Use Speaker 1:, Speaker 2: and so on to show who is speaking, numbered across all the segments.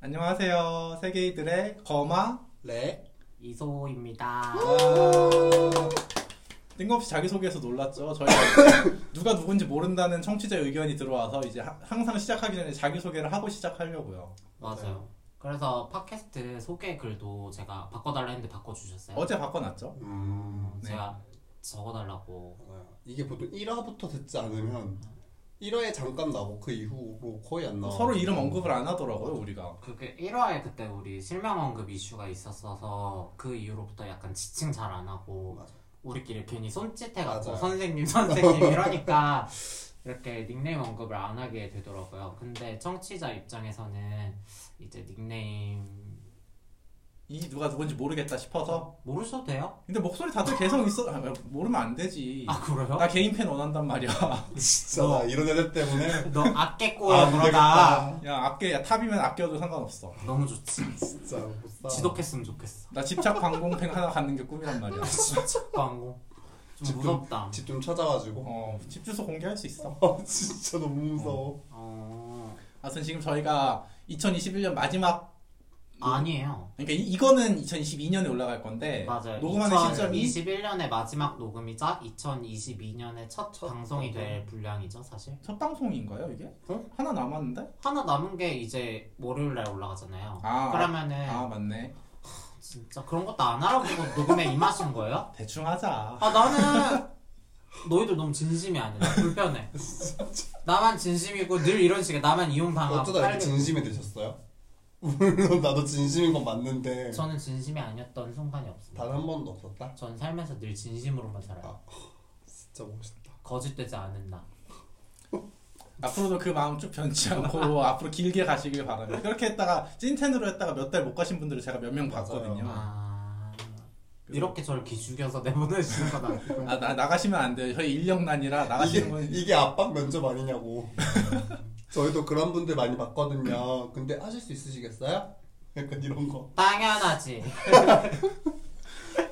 Speaker 1: 안녕하세요. 세계이들의 거마 레.
Speaker 2: 네.
Speaker 3: 이소입니다.
Speaker 1: 와. 뜬금없이 자기소개에서 놀랐죠. 저희가 누가 누군지 모른다는 청취자 의견이 들어와서 이제 하- 항상 시작하기 전에 자기소개를 하고 시작하려고요.
Speaker 3: 맞아요. 그래서 팟캐스트 소개 글도 제가 바꿔달라 했는데 바꿔주셨어요.
Speaker 1: 어제 바꿔놨죠.
Speaker 3: 음,
Speaker 1: 네.
Speaker 3: 제가 적어달라고.
Speaker 2: 맞아요. 이게 보통 1화부터 듣지 않으면 1화에 잠깐 나고 그 이후로 거의
Speaker 3: 어.
Speaker 2: 안 나와.
Speaker 1: 서로 이름 언급을 안 하더라고요, 우리가.
Speaker 3: 그게 1화에 그때 우리 실명 언급 이슈가 있었어서 그 이후로부터 약간 지칭 잘 안 하고
Speaker 2: 맞아.
Speaker 3: 우리끼리 괜히 손짓해가지고
Speaker 2: 맞아요.
Speaker 3: 선생님 선생님 이러니까 이렇게 닉네임 언급을 안 하게 되더라고요. 근데 청취자 입장에서는 이제 닉네임
Speaker 1: 이 누가 누군지 모르겠다 싶어서.
Speaker 3: 모르셔도 돼요?
Speaker 1: 근데 목소리 다들 개성 있어. 아, 모르면 안 되지.
Speaker 3: 아 그래요?
Speaker 1: 나 개인 팬 원한단 말이야.
Speaker 2: 진짜 나 이런 애들 때문에
Speaker 3: 너 아껴 꼬야
Speaker 2: 아,
Speaker 3: 그러다.
Speaker 2: 모르겠다.
Speaker 1: 야, 아껴, 야, 탑이면 아껴도 상관없어.
Speaker 3: 너무 좋지.
Speaker 2: 진짜 못
Speaker 3: 어.
Speaker 2: 살아.
Speaker 3: 지독했으면 좋겠어.
Speaker 1: 나 집착 방공팬 하나 갖는 게 꿈이란 말이야.
Speaker 3: 광고. 좀
Speaker 2: 지금-
Speaker 3: 무섭다.
Speaker 2: 집 좀 찾아가지고.
Speaker 1: 어, 집 주소 공개할 수 있어.
Speaker 2: 아 진짜 너무 무서워.
Speaker 3: 어
Speaker 1: 아무튼 지금 저희가 2021년 마지막
Speaker 3: 아니에요.
Speaker 1: 그러니까 이, 거는 2022년에 올라갈 건데
Speaker 3: 맞아요.
Speaker 1: 네. 녹음하는 시점이
Speaker 3: 2021년의 마지막 녹음이자 2022년의 첫, 방송이 될 분량이죠, 사실.
Speaker 1: 첫 방송인가요 이게?
Speaker 3: 어?
Speaker 1: 하나 남았는데?
Speaker 3: 하나 남은 게 이제 월요일 날 올라가잖아요.
Speaker 1: 아,
Speaker 3: 그러면은
Speaker 1: 아 맞네
Speaker 3: 진짜 그런 것도 안 알아보고 녹음에 임하신 거예요?
Speaker 1: 대충 하자
Speaker 3: 아 나는 너희들 너무 진심이 아니라 불편해. 나만 진심이고 늘 이런 식의 나만
Speaker 1: 아,
Speaker 3: 이용당하고
Speaker 2: 어쩌다 이렇게
Speaker 3: 깔리고.
Speaker 2: 진심이 되셨어요? 물론 나도 진심인 건 맞는데
Speaker 3: 저는 진심이 아니었던 순간이 없습니다.
Speaker 2: 단 한 번도 없었다.
Speaker 3: 전 살면서 늘 진심으로만 살아요.
Speaker 2: 진짜 멋있다.
Speaker 3: 아. 거짓되지 않은 나.
Speaker 1: 앞으로도 그 마음 쭉 변치 않고 앞으로 길게 가시길 바랍니다 그렇게 했다가 찐텐으로 했다가 몇 달 못 가신 분들을 제가 몇 명
Speaker 2: 맞아요.
Speaker 1: 봤거든요
Speaker 3: 아... 이렇게 저를 기죽여서 내보내시는 건 아니고.
Speaker 1: 아, 나, 나가시면 안 돼요 저희 인력난이라
Speaker 2: 이게,
Speaker 1: 나가시는 건
Speaker 2: 이게 압박 면접 아니냐고. 저희도 그런 분들 많이 봤거든요. 근데 하실 수 있으시겠어요? 약간 이런 거.
Speaker 3: 당연하지.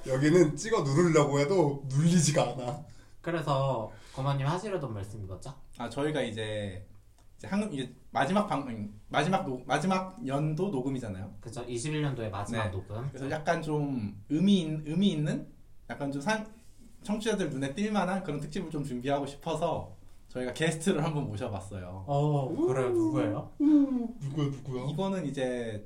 Speaker 2: 여기는 찍어 누르려고 해도 눌리지가 않아.
Speaker 3: 그래서 거마님 하시려던 말씀이 뭐죠?
Speaker 1: 아, 저희가 이제 이제 한 이제 마지막 방 음, 마지막 녹, 마지막 연도 녹음이잖아요
Speaker 3: 그죠? 21년도의 마지막
Speaker 1: 네.
Speaker 3: 녹음.
Speaker 1: 그래서 약간 좀 의미, 있- 의미 있는 약간 좀 상, 청취자들 눈에 띌 만한 그런 특집을 좀 준비하고 싶어서 저희가 게스트를 한번 모셔봤어요.
Speaker 3: 어, 그래요. 누구예요?
Speaker 2: 누구야 누구야?
Speaker 1: 이거는 이제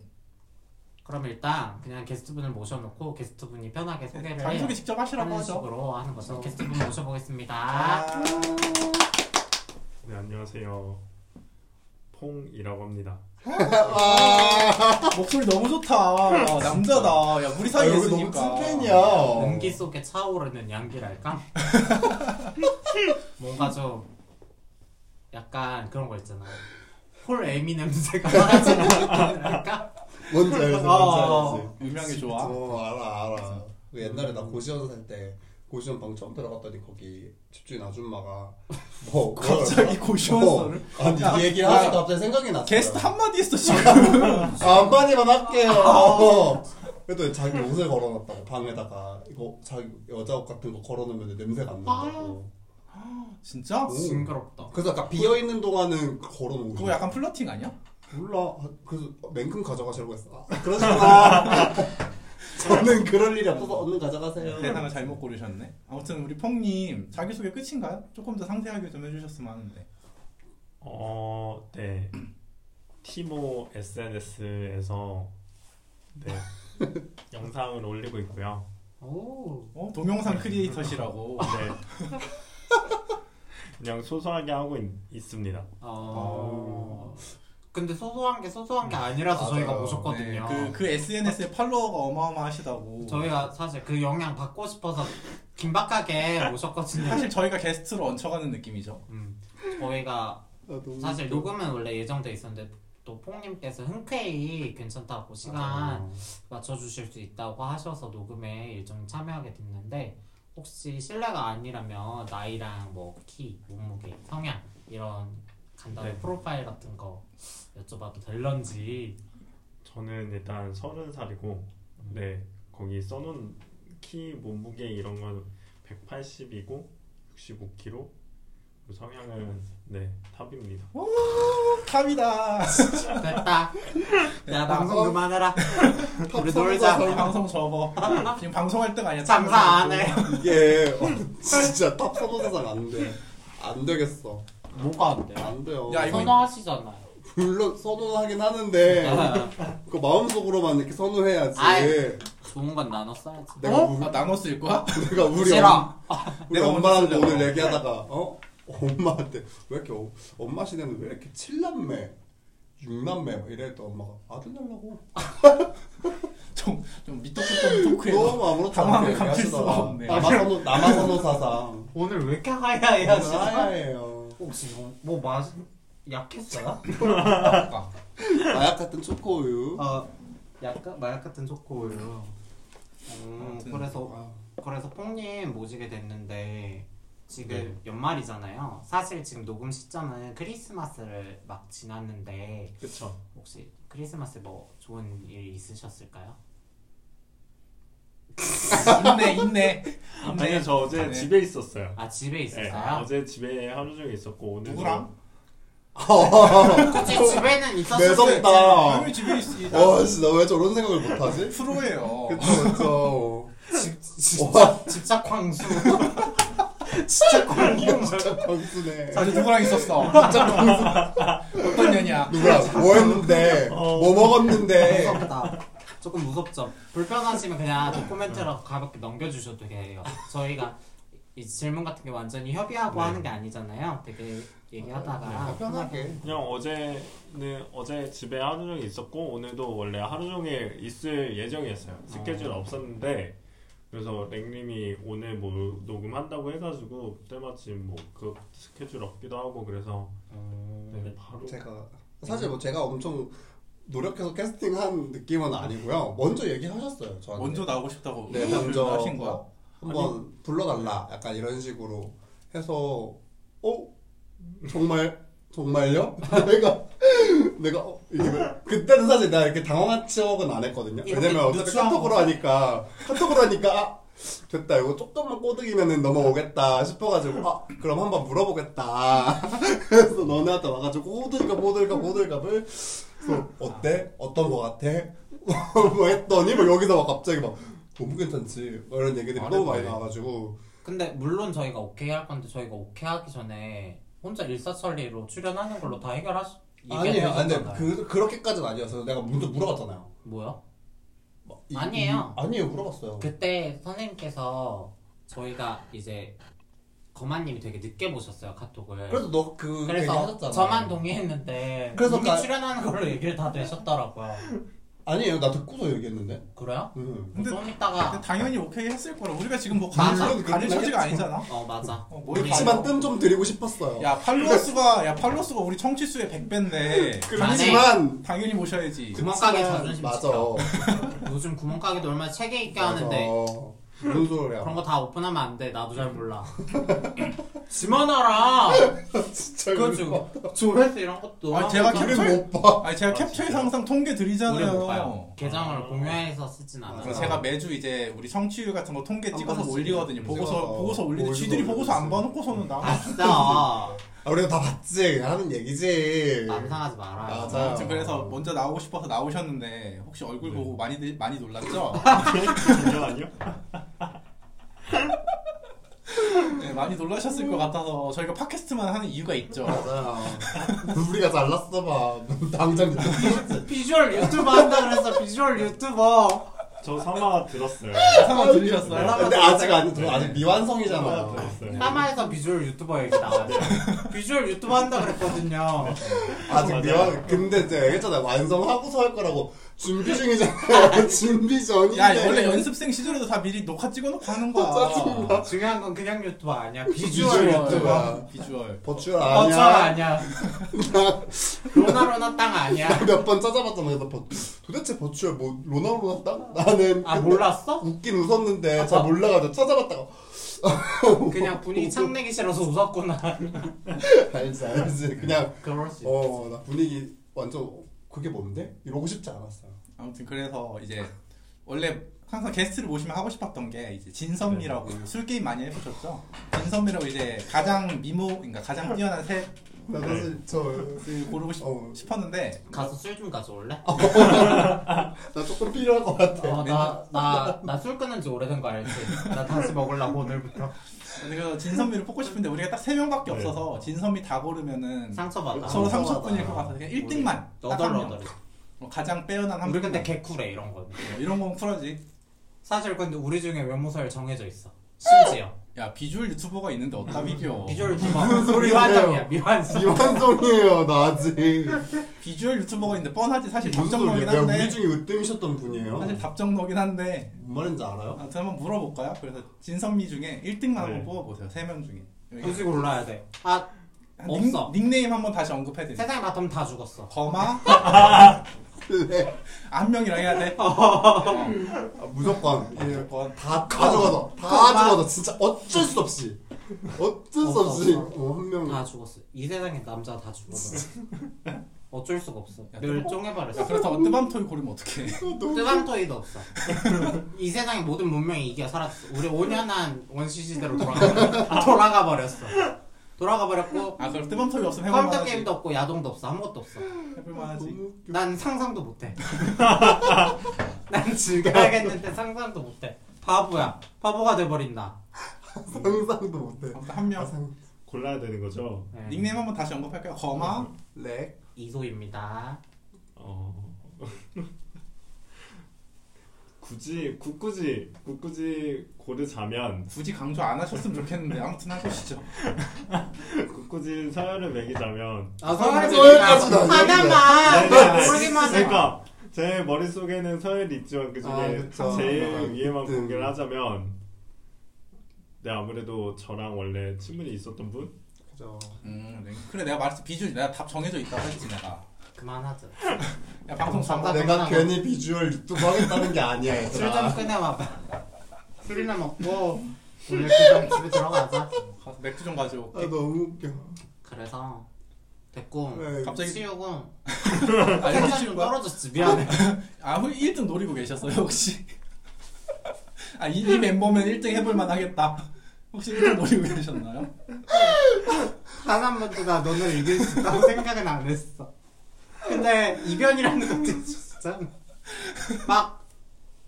Speaker 3: 그럼 일단 그냥 게스트분을 모셔놓고 게스트분이 편하게 소개를
Speaker 1: 자기소개 직접 하시라고
Speaker 3: 네. 하는
Speaker 1: 하죠.
Speaker 3: 식으로 하는 거죠. 게스트분 모셔보겠습니다.
Speaker 1: 아,
Speaker 4: 네 안녕하세요 퐁이라고 합니다
Speaker 1: 목소리 너무 좋다. 아, 남자다. 야, 우리 사이에
Speaker 2: 아, 여기 너무
Speaker 1: 있으니까.
Speaker 2: 찐팬이야.
Speaker 3: 공기 속에 차오르는 향기랄까? 뭔가 좀 약간 그런 거 있잖아. 홀 에미 냄새가 사라지는 느낌이랄까?
Speaker 2: 뭔지 알지 뭔지 알지.
Speaker 1: 음향이 아. 좋아.
Speaker 2: 어 알아 알아. 그 옛날에 나 고시원 살 때 고시원 방 처음 들어갔더니 거기 집주인 아줌마가 뭐
Speaker 1: 갑자기 고시원서를.
Speaker 2: 어, 아니
Speaker 1: 야,
Speaker 2: 이 얘기를 하니까 갑자기 생각이 났어.
Speaker 1: 게스트 한마디 아, 했어,
Speaker 2: 아,
Speaker 1: 지금.
Speaker 2: 안반이만 할게요. 어. 그래도 자기 옷을 걸어놨다고 방에다가 이거 자기 여자 옷 같은 거 걸어놓으면 냄새가 안 난다고.
Speaker 1: 진짜?
Speaker 2: 오.
Speaker 3: 징그럽다.
Speaker 2: 그래서 약간 비어 있는 동안은 걸어놓은
Speaker 1: 그거 약간 플러팅 아니야?
Speaker 2: 몰라. 그래서 맨금 가져가시라고 했어. 아, 그러시구나. 저는 그럴 일이 없어서 얼른
Speaker 3: 네.
Speaker 2: 가져가세요. 아,
Speaker 1: 대상을 잘못 고르셨네. 아무튼 우리 펑님 자기소개 끝인가요? 조금 더 상세하게 좀 해주셨으면 하는데.
Speaker 4: 어네 티모 SNS에서 네 영상을 올리고 있고요
Speaker 3: 오.
Speaker 1: 어?
Speaker 2: 네.
Speaker 1: 동영상 크리에이터시라고.
Speaker 4: 네 그냥 소소하게 하고 있, 있습니다
Speaker 3: 어. 근데 소소한 게 소소한 게 아니라서
Speaker 2: 맞아요.
Speaker 3: 저희가 모셨거든요.
Speaker 1: 그, 그 SNS에 팔로워가 어마어마하시다고.
Speaker 3: 저희가 사실 그 영향 받고 싶어서 긴박하게 모셨거든요.
Speaker 1: 사실 저희가 게스트로 얹혀가는 느낌이죠.
Speaker 3: 음, 저희가
Speaker 2: 나도
Speaker 3: 사실 녹음은 원래 예정돼 있었는데 또 퐁님께서 흔쾌히 괜찮다고 시간 맞춰주실 수 있다고 하셔서 녹음에 일정 참여하게 됐는데 혹시 실례가 아니라면 나이랑 뭐 키, 몸무게, 성향 이런 간단한
Speaker 4: 네.
Speaker 3: 프로파일 같은 거 여쭤봐도 될런지
Speaker 4: 저는 일단 서른 살이고 네 거기 써놓은 키 몸무게 이런 건 180이고 65kg 성향은 네 탑입니다
Speaker 1: 오, 탑이다.
Speaker 3: 됐다 야 방송 그만해라. 우리
Speaker 2: 탑
Speaker 3: 놀자.
Speaker 2: 선수가
Speaker 1: 방송 접어. 지금 방송할 때가 아니야.
Speaker 3: 장사 안 해.
Speaker 2: 이게 어, 진짜 탑 선호사상 안돼 안 되겠어
Speaker 3: 뭐가 안 돼?
Speaker 2: 안 돼요
Speaker 1: 야, 이거-
Speaker 3: 선호하시잖아요.
Speaker 2: 물론 선호하긴
Speaker 3: 네.
Speaker 2: 하는데 그 마음속으로만 이렇게 선호해야지
Speaker 3: 아이. 좋은 건 나눠 써야지.
Speaker 2: 내가
Speaker 1: 어?
Speaker 2: 우리-
Speaker 1: 아, 나눠 쓸 거야?
Speaker 2: 내가 우리 엄마
Speaker 3: 싫어.
Speaker 2: 우리
Speaker 1: 내가 먼저
Speaker 2: 엄마한테
Speaker 1: 쓰려고.
Speaker 2: 오늘 얘기하다가 어 엄마한테 왜 이렇게 어- 엄마 시대는 왜 이렇게 칠남매 육남매 이랬더 엄마가 아들 달라고
Speaker 1: 좀, 좀 미떡했던 토크에
Speaker 2: 너무 아무렇지 않게
Speaker 1: 당황을 감출 수가
Speaker 2: 얘기하시다가
Speaker 1: 없네.
Speaker 2: 남아선호 남아선호 사상
Speaker 3: 오늘 왜 이렇게
Speaker 2: 오늘
Speaker 3: 하야해야 진짜?
Speaker 2: 하야예요
Speaker 3: 혹시 뭐, 뭐 맛, 약했어요?
Speaker 2: 마약 같은 초코우유
Speaker 1: 아,
Speaker 3: 어, 약간 마약 같은 초코우유. 음,
Speaker 1: 아무튼.
Speaker 3: 그래서 그래서 뽕님 모시게 됐는데 지금 연말이잖아요. 사실 지금 녹음 시점은 크리스마스를 막 지났는데
Speaker 4: 그쵸.
Speaker 3: 혹시 크리스마스 뭐 좋은 일 있으셨을까요?
Speaker 1: 있네, 있네.
Speaker 4: 아니 저 어제
Speaker 1: 네.
Speaker 4: 집에 있었어요.
Speaker 3: 아 집에
Speaker 4: 네,
Speaker 3: 있었어요?
Speaker 4: 어제 집에 하루 종일 있었고 오늘
Speaker 1: 누구랑?
Speaker 3: 굳이 집에는 있었을 수
Speaker 2: 아, 매섭다.
Speaker 3: 있잖아.
Speaker 1: 형이 집에 있지.
Speaker 2: 와 진짜 왜 저런 생각을 못하지? 어,
Speaker 1: 프로예요.
Speaker 2: 어. 그쵸 그쵸
Speaker 3: 집, 집착, 집착 광수. 집착 광수.
Speaker 2: 진짜 광수네
Speaker 1: 아니 누구랑 있었어? 어떤 년이야?
Speaker 2: 누구랑 뭐 했는데
Speaker 1: 어.
Speaker 2: 뭐 먹었는데
Speaker 3: 무섭다. 조금 무섭죠. 불편하시면 그냥 도코멘트로 가볍게 넘겨주셔도 돼요. 저희가 이 질문 같은 게 완전히 협의하고
Speaker 4: 네.
Speaker 3: 하는 게 아니잖아요. 되게 얘기하다가
Speaker 2: 네, 편하게
Speaker 4: 그냥 어제는 어제 집에 하루 종일 있었고 오늘도 원래 하루 종일 있을 예정이었어요. 스케줄 없었는데 그래서 랭님이 오늘 뭐 녹음한다고 해가지고 때마침 뭐 그 스케줄 없기도 하고 그래서 네, 바로
Speaker 2: 제가 사실 뭐 제가 엄청 노력해서 캐스팅한 느낌은 아니고요. 먼저 얘기하셨어요. 저한테.
Speaker 1: 먼저 나오고 싶다고
Speaker 2: 네,
Speaker 1: 의사를
Speaker 2: 먼저
Speaker 1: 하신 거야?
Speaker 2: 어, 한번 불러달라. 약간 이런 식으로 해서 어 정말 정말요? 내가 내가 어, 이게 왜- 그때는 사실 내가 이렇게 당황한 척은 안 했거든요.
Speaker 3: 이렇게
Speaker 2: 왜냐면 어차피
Speaker 3: 누추하고.
Speaker 2: 카톡으로 하니까 카톡으로 하니까 아, 됐다 이거 조금만 꼬드기면은 넘어오겠다 싶어가지고 아 그럼 한번 물어보겠다. 그래서 너네한테 와가지고 꼬들까 뭐 꼬들까 꼬들까를 그래서 어때? 어떤 거 같아? 뭐 했더니 뭐 여기서 막 갑자기 막 너무 괜찮지 막 이런 얘기들이
Speaker 4: 아,
Speaker 2: 너무
Speaker 4: 네.
Speaker 2: 많이 나와가지고
Speaker 3: 근데 물론 저희가 오케이 할 건데 저희가 오케이 하기 전에 혼자 일사천리로 출연하는 걸로 다 해결하시
Speaker 2: 아니에요 아니
Speaker 3: 얘기해주셨잖아요.
Speaker 2: 그, 그렇게까지는 아니어서 내가 먼저 물어봤잖아요
Speaker 3: 뭐야?
Speaker 2: 막 이-
Speaker 3: 아니에요.
Speaker 2: 이- 아니에요 물어봤어요
Speaker 3: 그때 선생님께서 저희가 이제 거만님이 되게 늦게 보셨어요 카톡을.
Speaker 2: 그래서 너 그
Speaker 3: 그래서
Speaker 2: 얘기하셨잖아
Speaker 3: 저만 동의했는데
Speaker 2: 그래서
Speaker 3: 이미
Speaker 2: 나-
Speaker 3: 출연하는 걸로 얘기를 다 되셨더라고요.
Speaker 2: 아니에요 나 듣고서 얘기했는데
Speaker 3: 그래요? 뭐
Speaker 2: 응.
Speaker 1: 근데-
Speaker 3: 좀 이따가
Speaker 1: 근데 당연히 오케이 했을 거라. 우리가 지금 뭐
Speaker 3: 아. 맞아.
Speaker 1: 가는 가는 소지가 아니잖아.
Speaker 3: 어 맞아.
Speaker 1: 어, 뭘
Speaker 3: 우리
Speaker 2: 그치만 뜸 좀 드리고 싶었어요
Speaker 1: 야 팔로워 수가 야 팔로워 수가 우리 청취 수의 100배인데
Speaker 2: 그렇지만
Speaker 1: 당연히 모셔야지.
Speaker 3: 구멍가게
Speaker 2: 그치만-
Speaker 3: 자존심
Speaker 2: 맞아
Speaker 3: 지켜. 요즘 구멍가게도 얼마나 체계 있게 하는데
Speaker 2: 무슨 소리야
Speaker 3: 그런 거 다 오픈하면 안 돼. 나도 잘 몰라. 지만 알아.
Speaker 2: 진짜 뭐
Speaker 3: 그거 좀 조회수 이런 것도.
Speaker 1: 아, 제가
Speaker 3: 한번
Speaker 1: 기름-
Speaker 2: 길을 못봐
Speaker 1: 아니 제가
Speaker 4: 아,
Speaker 1: 캡처해서
Speaker 4: 진짜요?
Speaker 1: 항상 통계
Speaker 3: 우리 못
Speaker 1: 드리잖아요.
Speaker 3: 봐요. 계정을
Speaker 4: 아.
Speaker 3: 공유해서 쓰진 않아요.
Speaker 1: 그래서 제가 매주 이제 우리 청취율 같은 거 통계
Speaker 3: 한
Speaker 1: 찍어서
Speaker 3: 번씩
Speaker 1: 올리거든요. 보고서
Speaker 2: 찍어서
Speaker 1: 보고서 올리는데
Speaker 2: 올리고
Speaker 1: 지들이 보고서 안
Speaker 2: 올리고
Speaker 1: 봐놓고서는 나.
Speaker 3: 아싸.
Speaker 2: 아, 우리가 다 봤지 그냥 하는 얘기지
Speaker 3: 남상하지 말아요.
Speaker 2: 맞아.
Speaker 1: 아무튼 그래서 먼저 나오고 싶어서 나오셨는데 혹시 얼굴
Speaker 4: 네.
Speaker 1: 보고 많이 많이 놀랐죠?
Speaker 4: 전혀 아니요?
Speaker 1: 네, 많이 놀라셨을 것 같아서 저희가 팟캐스트만 하는 이유가 있죠.
Speaker 2: 맞아요. 우리가 잘났어 봐. 당장 늦었지.
Speaker 3: 비주얼 유튜버 한다 그래서 비주얼 유튜버.
Speaker 4: 저 사마 들었어요.
Speaker 1: 상황 들으셨어요?
Speaker 2: 근데 아직 안 들어. 아직
Speaker 4: 사마
Speaker 2: 미완성이잖아.
Speaker 4: 들었어요.
Speaker 3: 사마에서 비주얼 유튜버 얘기 나왔죠. 비주얼 유튜버 한다 그랬거든요.
Speaker 2: 아직
Speaker 4: 맞아요.
Speaker 2: 미완. 근데 이제 얘기했잖아. 완성하고서 할 거라고. 준비 중이잖아. 준비 전인데.
Speaker 1: 야 원래 연습생 시절에도 다 미리 녹화 찍어놓고 하는
Speaker 2: 아,
Speaker 1: 거야.
Speaker 2: 짜증나.
Speaker 3: 중요한 건 그냥 유튜버 아니야.
Speaker 2: 비주얼
Speaker 3: 비주얼 유튜버.
Speaker 2: 유튜버.
Speaker 1: 비주얼.
Speaker 2: 버추얼
Speaker 3: 버츄얼
Speaker 2: 아니야.
Speaker 3: 아니야. 로나로나 땅 아니야.
Speaker 2: 몇 번 찾아봤잖아. 그래서 버, 도대체 버추얼 뭐 로나우로 났다? 나는
Speaker 3: 아
Speaker 2: 근데
Speaker 3: 몰랐어?
Speaker 2: 웃긴 웃었는데 잘 몰라가지고 찾아봤다가
Speaker 3: 그냥 분위기 창내기 싫어서 웃었구나.
Speaker 2: 알지 알지. 그냥
Speaker 3: 그럴 수 있어.
Speaker 2: 어 나 분위기 완전 어, 그게 뭔데? 이러고 싶지 않았어요.
Speaker 1: 아무튼 그래서 이제 원래 항상 게스트를 모시면 하고 싶었던 게 이제
Speaker 2: 네.
Speaker 1: 진선미라고 술 게임 많이 해보셨죠? 진선미라고 이제 가장 미모, 그러니까 가장 뛰어난 세그
Speaker 2: 나 사실 저
Speaker 1: 고르고 싶,
Speaker 2: 어.
Speaker 1: 싶었는데
Speaker 3: 가서 술 좀 가져올래?
Speaker 2: 나 조금 필요할 것 같아.
Speaker 3: 어, 나, 나, 나 술 끊은 지 오래된 거 알지? 나 다시 먹으려고 오늘부터.
Speaker 1: 내가 진선미를 뽑고 싶은데 우리가 딱 세 명밖에
Speaker 4: 네.
Speaker 1: 없어서 진선미 다 고르면은
Speaker 3: 상처받아.
Speaker 1: 서로
Speaker 2: 아,
Speaker 1: 상처뿐일
Speaker 2: 상처받아.
Speaker 1: 것 같아서 그냥 1등만 뭐
Speaker 3: 너덜너덜.
Speaker 1: 가장 빼어난 한
Speaker 3: 우리
Speaker 1: 명만
Speaker 3: 근데 개쿨해, 이런 건.
Speaker 1: 어, 이런 건 풀어지
Speaker 3: 사실 근데 우리 중에 외모살 정해져 있어. 심지어.
Speaker 1: 야 비주얼 유튜버가 있는데 어디다 비교
Speaker 3: 비주얼
Speaker 2: 소리예요?
Speaker 3: 미완성이야, 미완성.
Speaker 2: 이완성이에요, 나 아직.
Speaker 1: 비주얼 유튜버가 있는데 뻔하지 사실
Speaker 2: 무슨 소리야?
Speaker 1: 답정너긴
Speaker 2: 내가
Speaker 1: 한데
Speaker 2: 우리 중에 으뜸이셨던 분이에요.
Speaker 1: 사실 답정너긴 한데
Speaker 2: 뭔 말인지 알아요?
Speaker 1: 아무튼 한번 물어볼까요? 그래서 진선미 중에 1등만
Speaker 4: 네.
Speaker 1: 한번 뽑아보세요 세 명 중에 여기
Speaker 3: 조직 올라야 돼. 아,
Speaker 1: 한
Speaker 3: 없어.
Speaker 1: 닉, 네임 한번 다시 언급해드릴게요
Speaker 3: 세상에 바텀 다 죽었어.
Speaker 1: 거마
Speaker 2: 네.
Speaker 1: 안명이랑 해야 돼
Speaker 3: 어.
Speaker 2: 아, 무조건. 예. 아,
Speaker 1: 무조건
Speaker 2: 다 가져가서, 다 가져가서, 진짜 어쩔 수 없이. 어쩔 수 없이. 어, 한 명.
Speaker 3: 다 죽었어. 이 세상에 남자 다 죽었어. 어쩔 수가 없어.
Speaker 1: 야, 뜨거-
Speaker 3: 늘
Speaker 1: 야,
Speaker 3: 쪼개버렸어.
Speaker 1: 그렇다고 뜨밤토이 고르면 어떡해
Speaker 3: 뜨방토이도 없어. 이 세상의 모든 문명이 이겨 살았어.
Speaker 1: 아,
Speaker 3: 우리 5년한 원시 시대로 돌아가 돌아가 버렸어. 돌아가 버렸고
Speaker 1: 아 그럼 뜨밤토이 없으면
Speaker 3: 컴퓨터
Speaker 1: 해볼만하지 그
Speaker 3: 게임도 없고 야동도 없어 아무것도 없어.
Speaker 1: 해볼만하지
Speaker 2: 너무 웃겨.
Speaker 3: 난 상상도 못해. 난 즐겨야겠는데 상상도 못해. 바보야. 바보가 돼버린다.
Speaker 2: 상상도 못해.
Speaker 1: 아무튼
Speaker 3: 음.
Speaker 1: 한명
Speaker 2: 가상.
Speaker 4: 골라야 되는 거죠.
Speaker 3: 네.
Speaker 1: 닉네임 한번 다시 언급할게요. 거마
Speaker 2: 렉.
Speaker 3: 이소입니다.
Speaker 4: 어. 굳이 굳굳이 굳굳이 고르자면
Speaker 1: 굳이 강조 안 하셨으면 좋겠는데 아무튼 하시죠.
Speaker 4: 굳굳이 서열을 매기자면
Speaker 3: 아,
Speaker 2: 서울까지 나왔는데.
Speaker 3: 하나만. 모르기만
Speaker 1: 네.
Speaker 3: 네. 해.
Speaker 4: 그러니까 제 머릿속에는 서열이 있지만 그 중에
Speaker 2: 아, 그쵸.
Speaker 4: 제일
Speaker 2: 아,
Speaker 4: 위에만
Speaker 2: 음.
Speaker 4: 공개를 하자면 네 아무래도 저랑 원래 친분이 있었던 분?
Speaker 2: 그죠.
Speaker 1: 음, 네. 그래 내가 말했어 비주얼 내가 답 정해져 있다고 했지 내가.
Speaker 3: 그만하자.
Speaker 1: 야, 방송
Speaker 3: 정답.
Speaker 1: 정답.
Speaker 2: 아, 내가 괜히 비주얼 유튜브 하겠다는 게 아니야,
Speaker 3: 술
Speaker 2: 얘들아.
Speaker 3: 좀 끊어와봐. 술이나 먹고 오늘 그냥 집에 들어가자.
Speaker 1: 가서 맥주 좀 가져올게.
Speaker 3: 어.
Speaker 2: 아, 너무 웃겨.
Speaker 3: 그래서 됐고
Speaker 2: 네.
Speaker 1: 갑자기-
Speaker 3: 치우고
Speaker 1: 아니
Speaker 3: 텐션
Speaker 1: 미친
Speaker 3: 좀
Speaker 1: 거야?
Speaker 3: 떨어졌지 미안해.
Speaker 1: 아, 후 1등 노리고 계셨어요 혹시? 아, 이, 이 멤버면 1등 해볼만 하겠다. 혹시 1등 노리고 계셨나요?
Speaker 3: 단 한 번도 나 너는 이길 수 있다고 생각은 안 했어. 근데 이변이라는 것도 진짜 막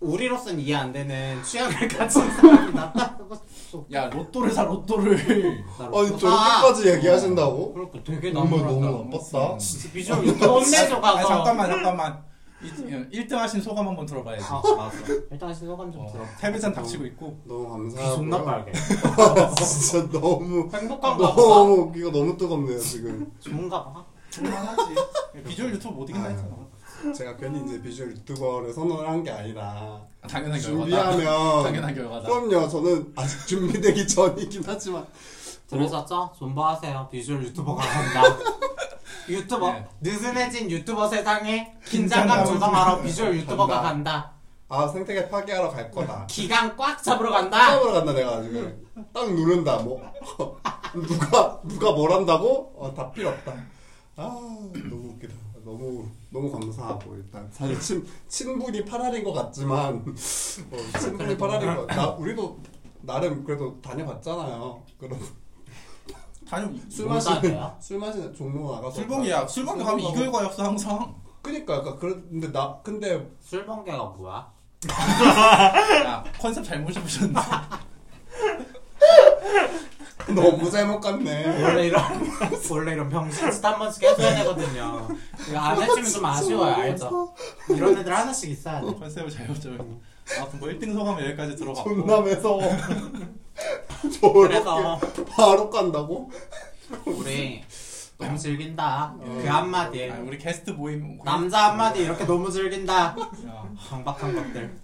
Speaker 3: 우리로선 이해 안 되는 취향을 가진 사람이 나타나고 싶어.
Speaker 1: 야, 로또를 사 로또를.
Speaker 2: 아니, 저렇게까지 얘기하신다고?
Speaker 3: 그렇고 되게
Speaker 2: 너무
Speaker 3: 나무라다.
Speaker 2: 너무 아팠다.
Speaker 3: 진짜 비주얼 뽐내줘
Speaker 1: 아,
Speaker 3: 가서.
Speaker 1: 잠깐만 잠깐만. 1등 하신 소감 한번 들어봐야지.
Speaker 3: 아, 알았어. 일단 소감 좀
Speaker 1: 어,
Speaker 3: 들어.
Speaker 1: 태비잔 닥치고 있고.
Speaker 2: 너무
Speaker 3: 음. 귀
Speaker 2: 감사하고.
Speaker 3: 존나 빨개.
Speaker 2: 진짜 너무.
Speaker 3: 행복한
Speaker 2: 어.
Speaker 3: 거 봐.
Speaker 2: 너무 웃기가 너무 뜨겁네요, 지금.
Speaker 3: 좋은가 봐.
Speaker 1: 볼만하지. 비주얼 유튜브 못 이긴다 했잖아.
Speaker 2: 제가 괜히 이제 비주얼 유튜버를 선언을 한 게 아니라.
Speaker 1: 당연한 결과다.
Speaker 2: 준비하면.
Speaker 1: 당연한 결과다.
Speaker 2: 그럼요, 저는 아직 준비되기 전이긴 하지만.
Speaker 3: 들으셨죠? 존버하세요. 비주얼 유튜버가 간다. 유튜버
Speaker 1: 네.
Speaker 3: 느슨해진 유튜버 세상에
Speaker 1: 긴장감
Speaker 3: 긴장감 조성하러
Speaker 1: 조성.
Speaker 3: 비주얼 유튜버가 간다.
Speaker 2: 아, 생태계 파괴하러 갈 거다.
Speaker 3: 기강 꽉 잡으러 간다.
Speaker 2: 싸움으로 간다, 내가 지금. 딱 누른다, 뭐. 누가, 누가 뭘 한다고? 어, 다 필요 없다. 아, 너무 웃기다. 너무, 너무 감사하고, 일단. 사실 친, 친분이 파랄인 것 같지만, 어, 친분이 파랄인 것 같- 나, 우리도 나름 그래도 다녀봤잖아요. 그럼
Speaker 1: 다녀
Speaker 2: 술
Speaker 3: 뭐
Speaker 2: 마시는,
Speaker 3: 다녀요?
Speaker 2: 술 마시는 종로 나가서.
Speaker 1: 술봉이야. 술봉 가면 이 결과였어 항상.
Speaker 2: 그니까, 그러니까 그니까, 그런데 나, 근데
Speaker 3: 술 번개가 뭐야?
Speaker 1: 야 컨셉 잘못 잡으셨네.
Speaker 2: 너무 잘못 갔네.
Speaker 3: 원래 이런 원래 이런 병신짓 한 번씩 해줘야 되거든요. 이거 안 해주면 좀 아쉬워요, 알죠? 이런 애들 하나씩 있어야 돼.
Speaker 1: 컨셉을 잘못 잡으셨네. 아무튼 뭐 1등 소감은 여기까지 들어갔고.
Speaker 2: 존나 매서워. 저렇게
Speaker 3: 그래서
Speaker 2: 바로 간다고?
Speaker 3: 우리 너무 즐긴다. 그 한마디에
Speaker 1: 아, 우리 게스트 모임 고객-
Speaker 3: 남자 한마디 이렇게 너무 즐긴다.
Speaker 1: 야,
Speaker 3: 강박한 것들.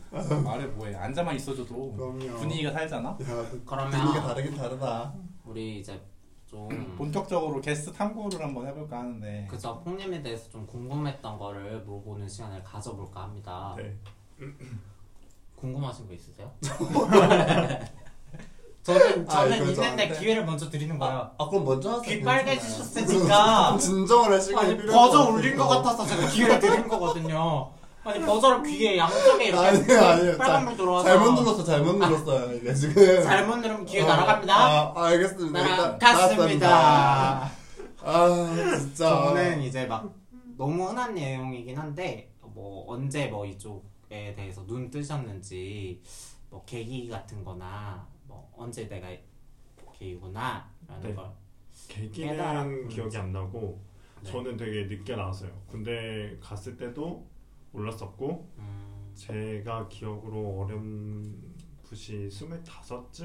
Speaker 1: 말해 뭐해. 앉아만 있어줘도
Speaker 2: 그럼요.
Speaker 1: 분위기가 살잖아.
Speaker 2: 야, 그
Speaker 3: 그러면-
Speaker 2: 분위기가 다르긴 다르다.
Speaker 3: 우리 이제 좀
Speaker 1: 본격적으로 게스트 탐구를 한번 해볼까 하는데
Speaker 3: 그저 폭님에 대해서 좀 궁금했던 거를 물어보는 시간을 가져볼까 합니다.
Speaker 4: 네.
Speaker 3: 궁금하신 거 있으세요? 저는 저는
Speaker 2: 아, 이거
Speaker 3: 있는데
Speaker 2: 저한테?
Speaker 3: 기회를 먼저 드리는 거예요.
Speaker 2: 아 그럼 먼저 하세요.
Speaker 3: 귀 빨개지셨으니까
Speaker 2: 진정을 할 시간이
Speaker 3: 아니
Speaker 2: 필요할 것
Speaker 3: 버저
Speaker 2: 같아요.
Speaker 3: 울린 것 같아서 제가 기회를 드린 거거든요. 아니 버저를 귀에 양쪽에 이렇게
Speaker 2: 아니에요, 아니에요.
Speaker 3: 빨간불 들어와서
Speaker 2: 잘못 눌렀어, 잘못 눌렀어요. 이게 지금.
Speaker 3: 잘못 누르면 귀에
Speaker 2: 어,
Speaker 3: 날아갑니다.
Speaker 2: 아, 알겠습니다. 일단
Speaker 3: 날아갔습니다.
Speaker 2: 나갔습니다. 아 진짜.
Speaker 3: 저는 이제 막 너무 흔한 내용이긴 한데 뭐 언제 뭐 이쪽에 대해서 눈 뜨셨는지 뭐 계기 같은거나 뭐 언제 내가 계기구나라는
Speaker 4: 네.
Speaker 3: 걸
Speaker 4: 계기는
Speaker 3: 깨달음.
Speaker 4: 기억이 안 나고
Speaker 3: 네.
Speaker 4: 저는 되게 늦게 나왔어요. 군대 갔을 때도 올랐었고
Speaker 3: 음,
Speaker 4: 제가 기억으로 어렴 풋이 25쯤이었던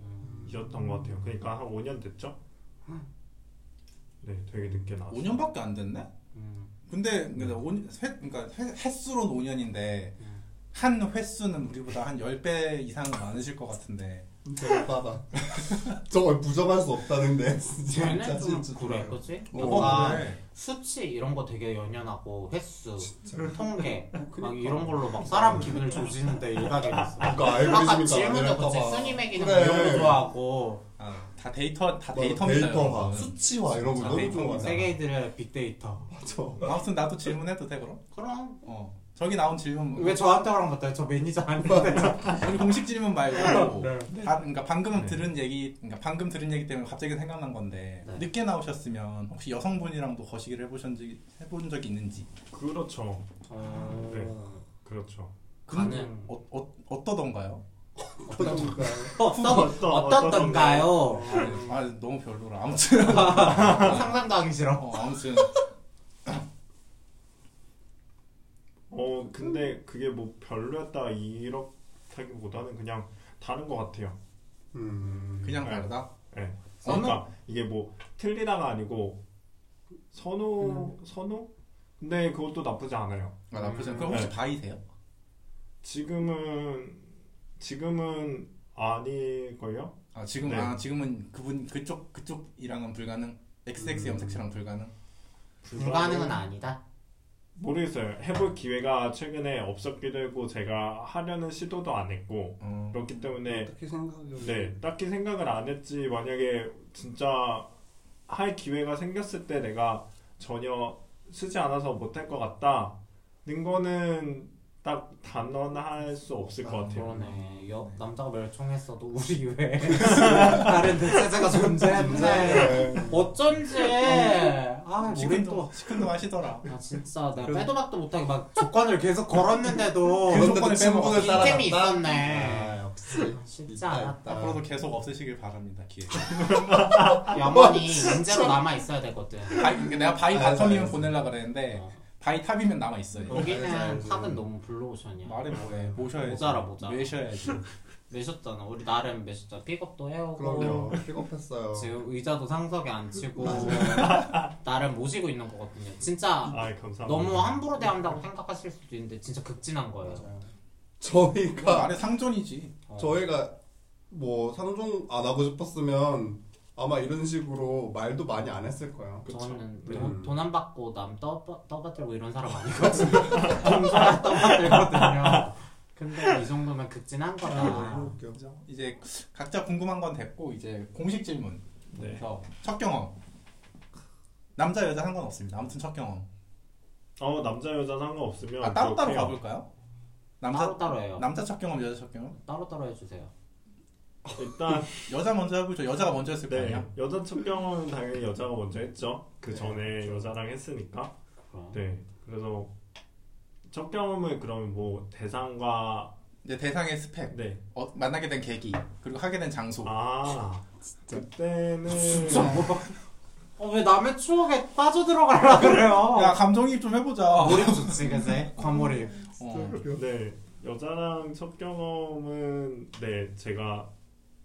Speaker 3: 음,
Speaker 4: 것 같아요. 그러니까 한 5년 됐죠? 네, 되게 늦게 나왔어요.
Speaker 1: 5년밖에 안 됐네?
Speaker 3: 음,
Speaker 1: 근데 근데 오, 횟, 그러니까 횟, 횟수로 5년인데 한 횟수는 우리보다 한 10배 이상 많으실 것 같은데
Speaker 2: 저거 봐봐. 음, 저걸 부정할 수 없다는데 진짜
Speaker 3: 쟤는 좀
Speaker 2: 진짜
Speaker 3: 그래 그치?
Speaker 2: 어,
Speaker 3: 뭔가
Speaker 1: 그래.
Speaker 3: 수치 이런 거 되게 연연하고 횟수
Speaker 2: 진짜.
Speaker 3: 통계 막
Speaker 2: 그러니까.
Speaker 3: 이런 걸로 막 사람 기분을 조지는데 일하게 됐어
Speaker 2: 그러니까
Speaker 3: 아까
Speaker 2: 알고리즘이
Speaker 3: 질문도
Speaker 2: 아니랄까
Speaker 3: 그치
Speaker 2: 봐.
Speaker 3: 스님의 기능
Speaker 2: 그래.
Speaker 3: 이런 거 좋아하고
Speaker 1: 아, 다 데이터 다
Speaker 2: 맞아,
Speaker 1: 데이터입니다
Speaker 2: 데이터화,
Speaker 1: 여러분.
Speaker 2: 수치화 이런 거
Speaker 1: 아,
Speaker 2: 너무
Speaker 1: 데이터화.
Speaker 2: 좋아하잖아.
Speaker 3: 네. 세계들의 빅데이터
Speaker 2: 맞아.
Speaker 1: 아무튼 나도 질문해도 돼 그럼?
Speaker 3: 그럼
Speaker 1: 어 저기 나온 질문
Speaker 3: 왜 저한테 그런 것같아요저 매니저 아닌데
Speaker 1: 우리 공식 질문 말고 다, 그러니까 방금
Speaker 4: 네.
Speaker 1: 들은 얘기 그러니까 방금 들은 얘기 때문에 갑자기 생각난 건데
Speaker 3: 네.
Speaker 1: 늦게 나오셨으면 혹시 여성분이랑도 거시기를 해보신 적이 해본 적이 있는지
Speaker 4: 그렇죠.
Speaker 3: 어...
Speaker 4: 네. 그렇죠.
Speaker 1: 그건
Speaker 3: 가능.
Speaker 1: 어, 어, 어떠던가요?
Speaker 2: 그러니까.
Speaker 3: 어떤,
Speaker 4: 어떤-
Speaker 3: 어떻던가요?
Speaker 1: 아, 아 너무 별로라 아무튼
Speaker 3: 상상도 하기 싫어
Speaker 1: 어, 아무튼
Speaker 4: 어 근데 그게 뭐 별로였다 이렇다기보다는 그냥 다른 것 같아요.
Speaker 2: 음.
Speaker 1: 그냥
Speaker 4: 네.
Speaker 1: 다르다 어,
Speaker 4: 예. 그러니까 이게 뭐 틀리다가 아니고 선호
Speaker 3: 음.
Speaker 4: 선호? 근데 그것도 나쁘지 않아요.
Speaker 1: 아, 나쁘지 않아 그럼 혹시
Speaker 4: 네.
Speaker 1: 바이세요?
Speaker 4: 지금은 지금은 아닐걸요?
Speaker 1: 아 지금
Speaker 4: 네.
Speaker 1: 아 지금은 그분 그쪽 그쪽이랑은 불가능 XX 염색체랑 불가능
Speaker 3: 불가능은 아니다
Speaker 4: 모르겠어요. 해볼 기회가 최근에 없었기도 했고 제가 하려는 시도도 안 했고
Speaker 1: 어.
Speaker 4: 그렇기 때문에
Speaker 2: 어떻게 생각해요?
Speaker 4: 네, 딱히 생각을 안 했지. 만약에 진짜 할 기회가 생겼을 때 내가 전혀 쓰지 않아서 못할 것 같다. 는 거는 딱 단언할 수 없을 것 같아요.
Speaker 3: 그러네 여, 남자가 멸종했어도 우리 왜 다른 대체제가 존재했네 어쩐지 아 우리
Speaker 1: 시큰둥
Speaker 3: 또
Speaker 1: 시큰둥 하시더라
Speaker 3: 아 진짜 내가 빼도 박도 못하게 막 조건을 계속 걸었는데도
Speaker 1: 계속
Speaker 2: 그런데도
Speaker 1: 조건을
Speaker 2: 친분을
Speaker 1: 빼먹었어.
Speaker 2: 따라갔다.
Speaker 3: 템이 있었네.
Speaker 2: 아, 역시.
Speaker 3: 쉽지 않았다.
Speaker 1: 앞으로도 계속 없으시길 바랍니다 기회
Speaker 3: 영원히 인재로 남아 있어야 되거든
Speaker 1: 바이, 그러니까 내가 바이
Speaker 2: 아,
Speaker 1: 바텀이면
Speaker 2: 알았어.
Speaker 1: 보내려 그랬는데
Speaker 3: 어.
Speaker 1: 바이 탑이면 남아 있어요.
Speaker 3: 여기는
Speaker 2: 알지, 알지.
Speaker 3: 탑은 너무 블루오션이야
Speaker 1: 말해 뭐해 예, 모셔야지.
Speaker 3: 모자라, 모자라.
Speaker 1: 매셔야지.
Speaker 3: 매셨잖아. 우리 나름 매셨잖아. 픽업도 해오고.
Speaker 2: 그럼요. 픽업했어요.
Speaker 3: 지금 의자도 상석에 앉히고 나름 모시고 있는 거거든요. 진짜
Speaker 4: 아, 감사합니다.
Speaker 3: 너무 함부로 대한다고 생각하실 수도 있는데 진짜 극진한 거예요.
Speaker 2: 맞아요.
Speaker 1: 그건
Speaker 2: 저희가
Speaker 1: 말의 상존이지.
Speaker 3: 어.
Speaker 2: 저희가 뭐 상종 안 하고 싶었으면 아마 이런 식으로 말도 많이 안 했을 거예요.
Speaker 3: 저는
Speaker 2: 그쵸. 음.
Speaker 3: 돈 안 받고 남 떠- 떠받들고 이런 사람 아니거든요. 동사람 떠받들거든요. 근데 이 정도면 극진한
Speaker 2: 아, 너무
Speaker 3: 거다.
Speaker 2: 웃겨.
Speaker 1: 그죠? 이제 각자 궁금한 건 됐고 이제 공식 질문.
Speaker 4: 네.
Speaker 1: 그래서 첫 경험. 남자 여자 상관 없습니다. 아무튼 첫 경험.
Speaker 4: 어, 남자 여자 상관없으면
Speaker 1: 아 따로 따로
Speaker 4: 그렇게요.
Speaker 1: 가볼까요?
Speaker 3: 따로
Speaker 1: 남자
Speaker 3: 따로 해요.
Speaker 1: 남자 첫 경험 여자 첫 경험.
Speaker 3: 따로 따로 해주세요.
Speaker 4: 일단
Speaker 1: 여자 먼저 하고 저 여자가 먼저 했을 거
Speaker 4: 네,
Speaker 1: 아니야? 네,
Speaker 4: 여자 첫 경험은 당연히 여자가 먼저 했죠. 그 전에
Speaker 1: 그렇죠.
Speaker 4: 여자랑 했으니까.
Speaker 1: 어.
Speaker 3: 그럼.
Speaker 4: 네, 그래서 첫 경험은 그럼 뭐 대상과
Speaker 1: 이제 대상의 스펙,
Speaker 4: 네,
Speaker 1: 어, 만나게 된 계기, 그리고 하게 된 장소.
Speaker 4: 아 그때는
Speaker 3: 어 왜 남의 추억에 빠져들어가려 그래요?
Speaker 1: 야 감정이입 좀 해보자.
Speaker 3: 몰입 좋지 그제? 과몰입.
Speaker 2: 아,
Speaker 3: 음.
Speaker 1: 어.
Speaker 4: 네 여자랑 첫 경험은 네 제가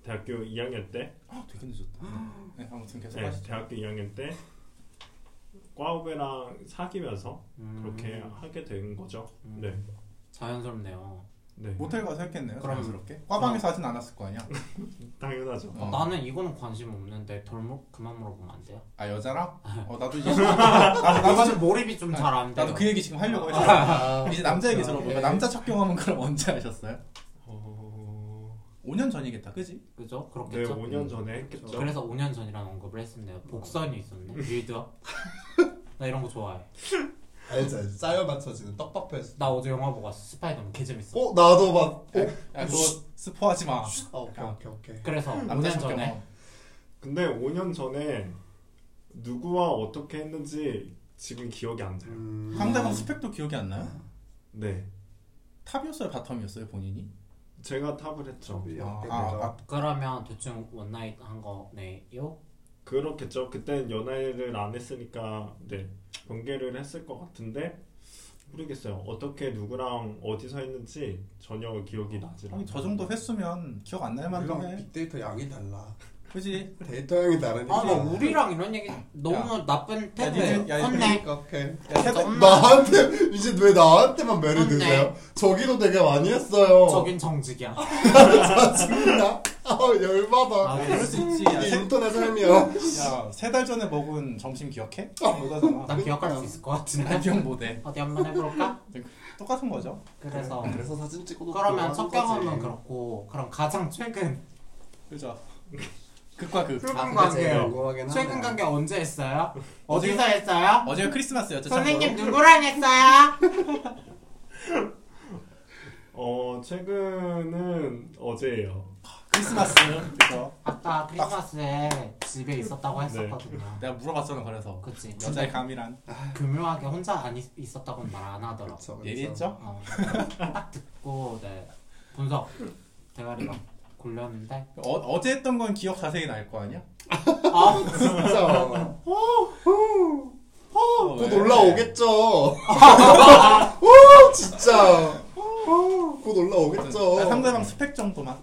Speaker 4: 대학교 2학년 때,
Speaker 1: 아, 되게 늦었다. 네 아무튼 계속
Speaker 4: 네,
Speaker 1: 하시죠.
Speaker 4: 대학교 2학년 때 과후배랑 사귀면서
Speaker 3: 음,
Speaker 4: 그렇게 하게 된 거죠.
Speaker 3: 음.
Speaker 4: 네,
Speaker 3: 자연스럽네요.
Speaker 4: 네,
Speaker 1: 모텔 가서 했겠네요.
Speaker 3: 그럼.
Speaker 1: 자연스럽게. 과방에서 하진 않았을 거 아니야.
Speaker 4: 당연하죠.
Speaker 1: 어.
Speaker 3: 나는 이거는 관심 없는데 덜목 그만 물어보면 안 돼요?
Speaker 1: 아 여자랑? 어 나도 이제 나도 나도,
Speaker 3: 나는
Speaker 1: 지금-
Speaker 3: 몰입이 좀 잘 안 돼요.
Speaker 1: 나도 그 얘기 지금 하려고 했어.
Speaker 2: 아,
Speaker 1: 이제 남자 얘기 들어보니까
Speaker 2: 오케이.
Speaker 1: 남자 첫 경험은 그럼 언제 하셨어요?
Speaker 4: 어...
Speaker 1: 5년 전이겠다, 그지?
Speaker 3: 그죠?
Speaker 4: 네,
Speaker 3: 그렇겠죠?
Speaker 4: 5년 전에 했겠죠.
Speaker 3: 그래서 5년 전이라는 언급을 했었네요. 복선이 있었네.
Speaker 1: 음.
Speaker 3: 빌드업. 나 이런 거 좋아해.
Speaker 2: 알지 알지. 짜여 맞춰지는 떡밥 횟수.
Speaker 3: 나 어제 영화 보고 왔어. 스파이더맨 개 재밌어.
Speaker 2: 어 나도 막.
Speaker 1: 야, 야 그거 스포하지 마. 음,
Speaker 3: 아.
Speaker 2: 아 음. 오케이 오케이 오케이.
Speaker 3: 그래서
Speaker 1: 남자
Speaker 3: 5년
Speaker 1: 첫
Speaker 3: 전에
Speaker 1: 경험.
Speaker 4: 근데 5년 전에 누구와 어떻게 했는지 지금 기억이 안 나요.
Speaker 2: 음.
Speaker 1: 상대방 스펙도 기억이 안 나요?
Speaker 4: 네,
Speaker 1: 탑이었어요, 바텀이었어요, 본인이?
Speaker 4: 제가 탑을 했죠.
Speaker 1: 아,
Speaker 2: 약간 내가-
Speaker 1: 아,
Speaker 3: 그러면 대충 원나잇 한 거네요?
Speaker 4: 그렇겠죠. 그때는 연애를 안 했으니까 네 경계를 했을 것 같은데 모르겠어요. 어떻게 누구랑 어디서 했는지 전혀 기억이 나질
Speaker 1: 아니,
Speaker 4: 않아요.
Speaker 1: 저 정도 횟수면 기억 안 날 만도
Speaker 2: 우리랑
Speaker 1: 해.
Speaker 2: 빅데이터 양이 달라.
Speaker 1: 그지?
Speaker 2: 데이터 양이 다르니까.
Speaker 3: 아, 나 우리랑 이런 얘기 너무 나쁜 태도예요.
Speaker 1: 니네- 야,
Speaker 3: 혼내.
Speaker 2: 오케이.
Speaker 1: 야, 세대,
Speaker 3: 정말
Speaker 2: 나한테 이제 왜 나한테만 매를
Speaker 3: 맞네.
Speaker 2: 드세요? 저기도 되게 많이 했어요.
Speaker 3: 저긴 정직이야.
Speaker 2: 짜증나. 아 열받아.
Speaker 3: 아,
Speaker 1: 그럴 수 있지. 야,
Speaker 2: 이게
Speaker 1: 세,
Speaker 2: 인터넷 삶이야.
Speaker 1: 야, 세 달 전에 먹은 점심 기억해? 그거잖아.
Speaker 3: 난 기억할 수 있을 것
Speaker 1: 난
Speaker 3: 같은데.
Speaker 1: 기억 못해.
Speaker 3: 어디 한번 해볼까?
Speaker 1: 똑같은 거죠.
Speaker 3: 그래서
Speaker 2: 그래서 사진 찍어도
Speaker 3: 그러면 첫 경험은
Speaker 2: 거지.
Speaker 3: 그렇고 그럼 가장 최근
Speaker 1: 그죠? 극과 극.
Speaker 2: 아,
Speaker 3: 최근
Speaker 2: 그게 제일
Speaker 3: 관계요.
Speaker 2: 궁금하긴
Speaker 3: 최근
Speaker 2: 하네.
Speaker 3: 관계 언제 했어요?
Speaker 1: 어제-
Speaker 3: 어디서 했어요?
Speaker 1: 어제가 크리스마스였죠,
Speaker 3: 선생님
Speaker 1: 참고로.
Speaker 3: 누구랑 했어요?
Speaker 4: 어 최근은 어제예요.
Speaker 1: 크리스마스. 그죠?
Speaker 3: 아까 크리스마스에 집에 있었다고 했었거든요.
Speaker 1: 내가 물어봤잖아, 그래서.
Speaker 3: 그치?
Speaker 1: 여자의
Speaker 3: 근데
Speaker 1: 감이란.
Speaker 3: 교묘하게 혼자 안 있, 있었다고는 말 안 하더라고.
Speaker 1: 그렇죠,
Speaker 2: 그쵸, 그쵸.
Speaker 1: 예리했죠?
Speaker 3: 어, 딱 듣고 네 분석 대가리가 굴렸는데
Speaker 1: 어, 어제 했던 건 기억 자세히 날 거 아니야?
Speaker 3: 아
Speaker 2: 진짜.
Speaker 1: 어,
Speaker 2: 곧
Speaker 1: 왜?
Speaker 2: 올라오겠죠. 오 진짜. 오, 곧 올라오겠죠.
Speaker 1: 아, 상대방 스펙 정도만.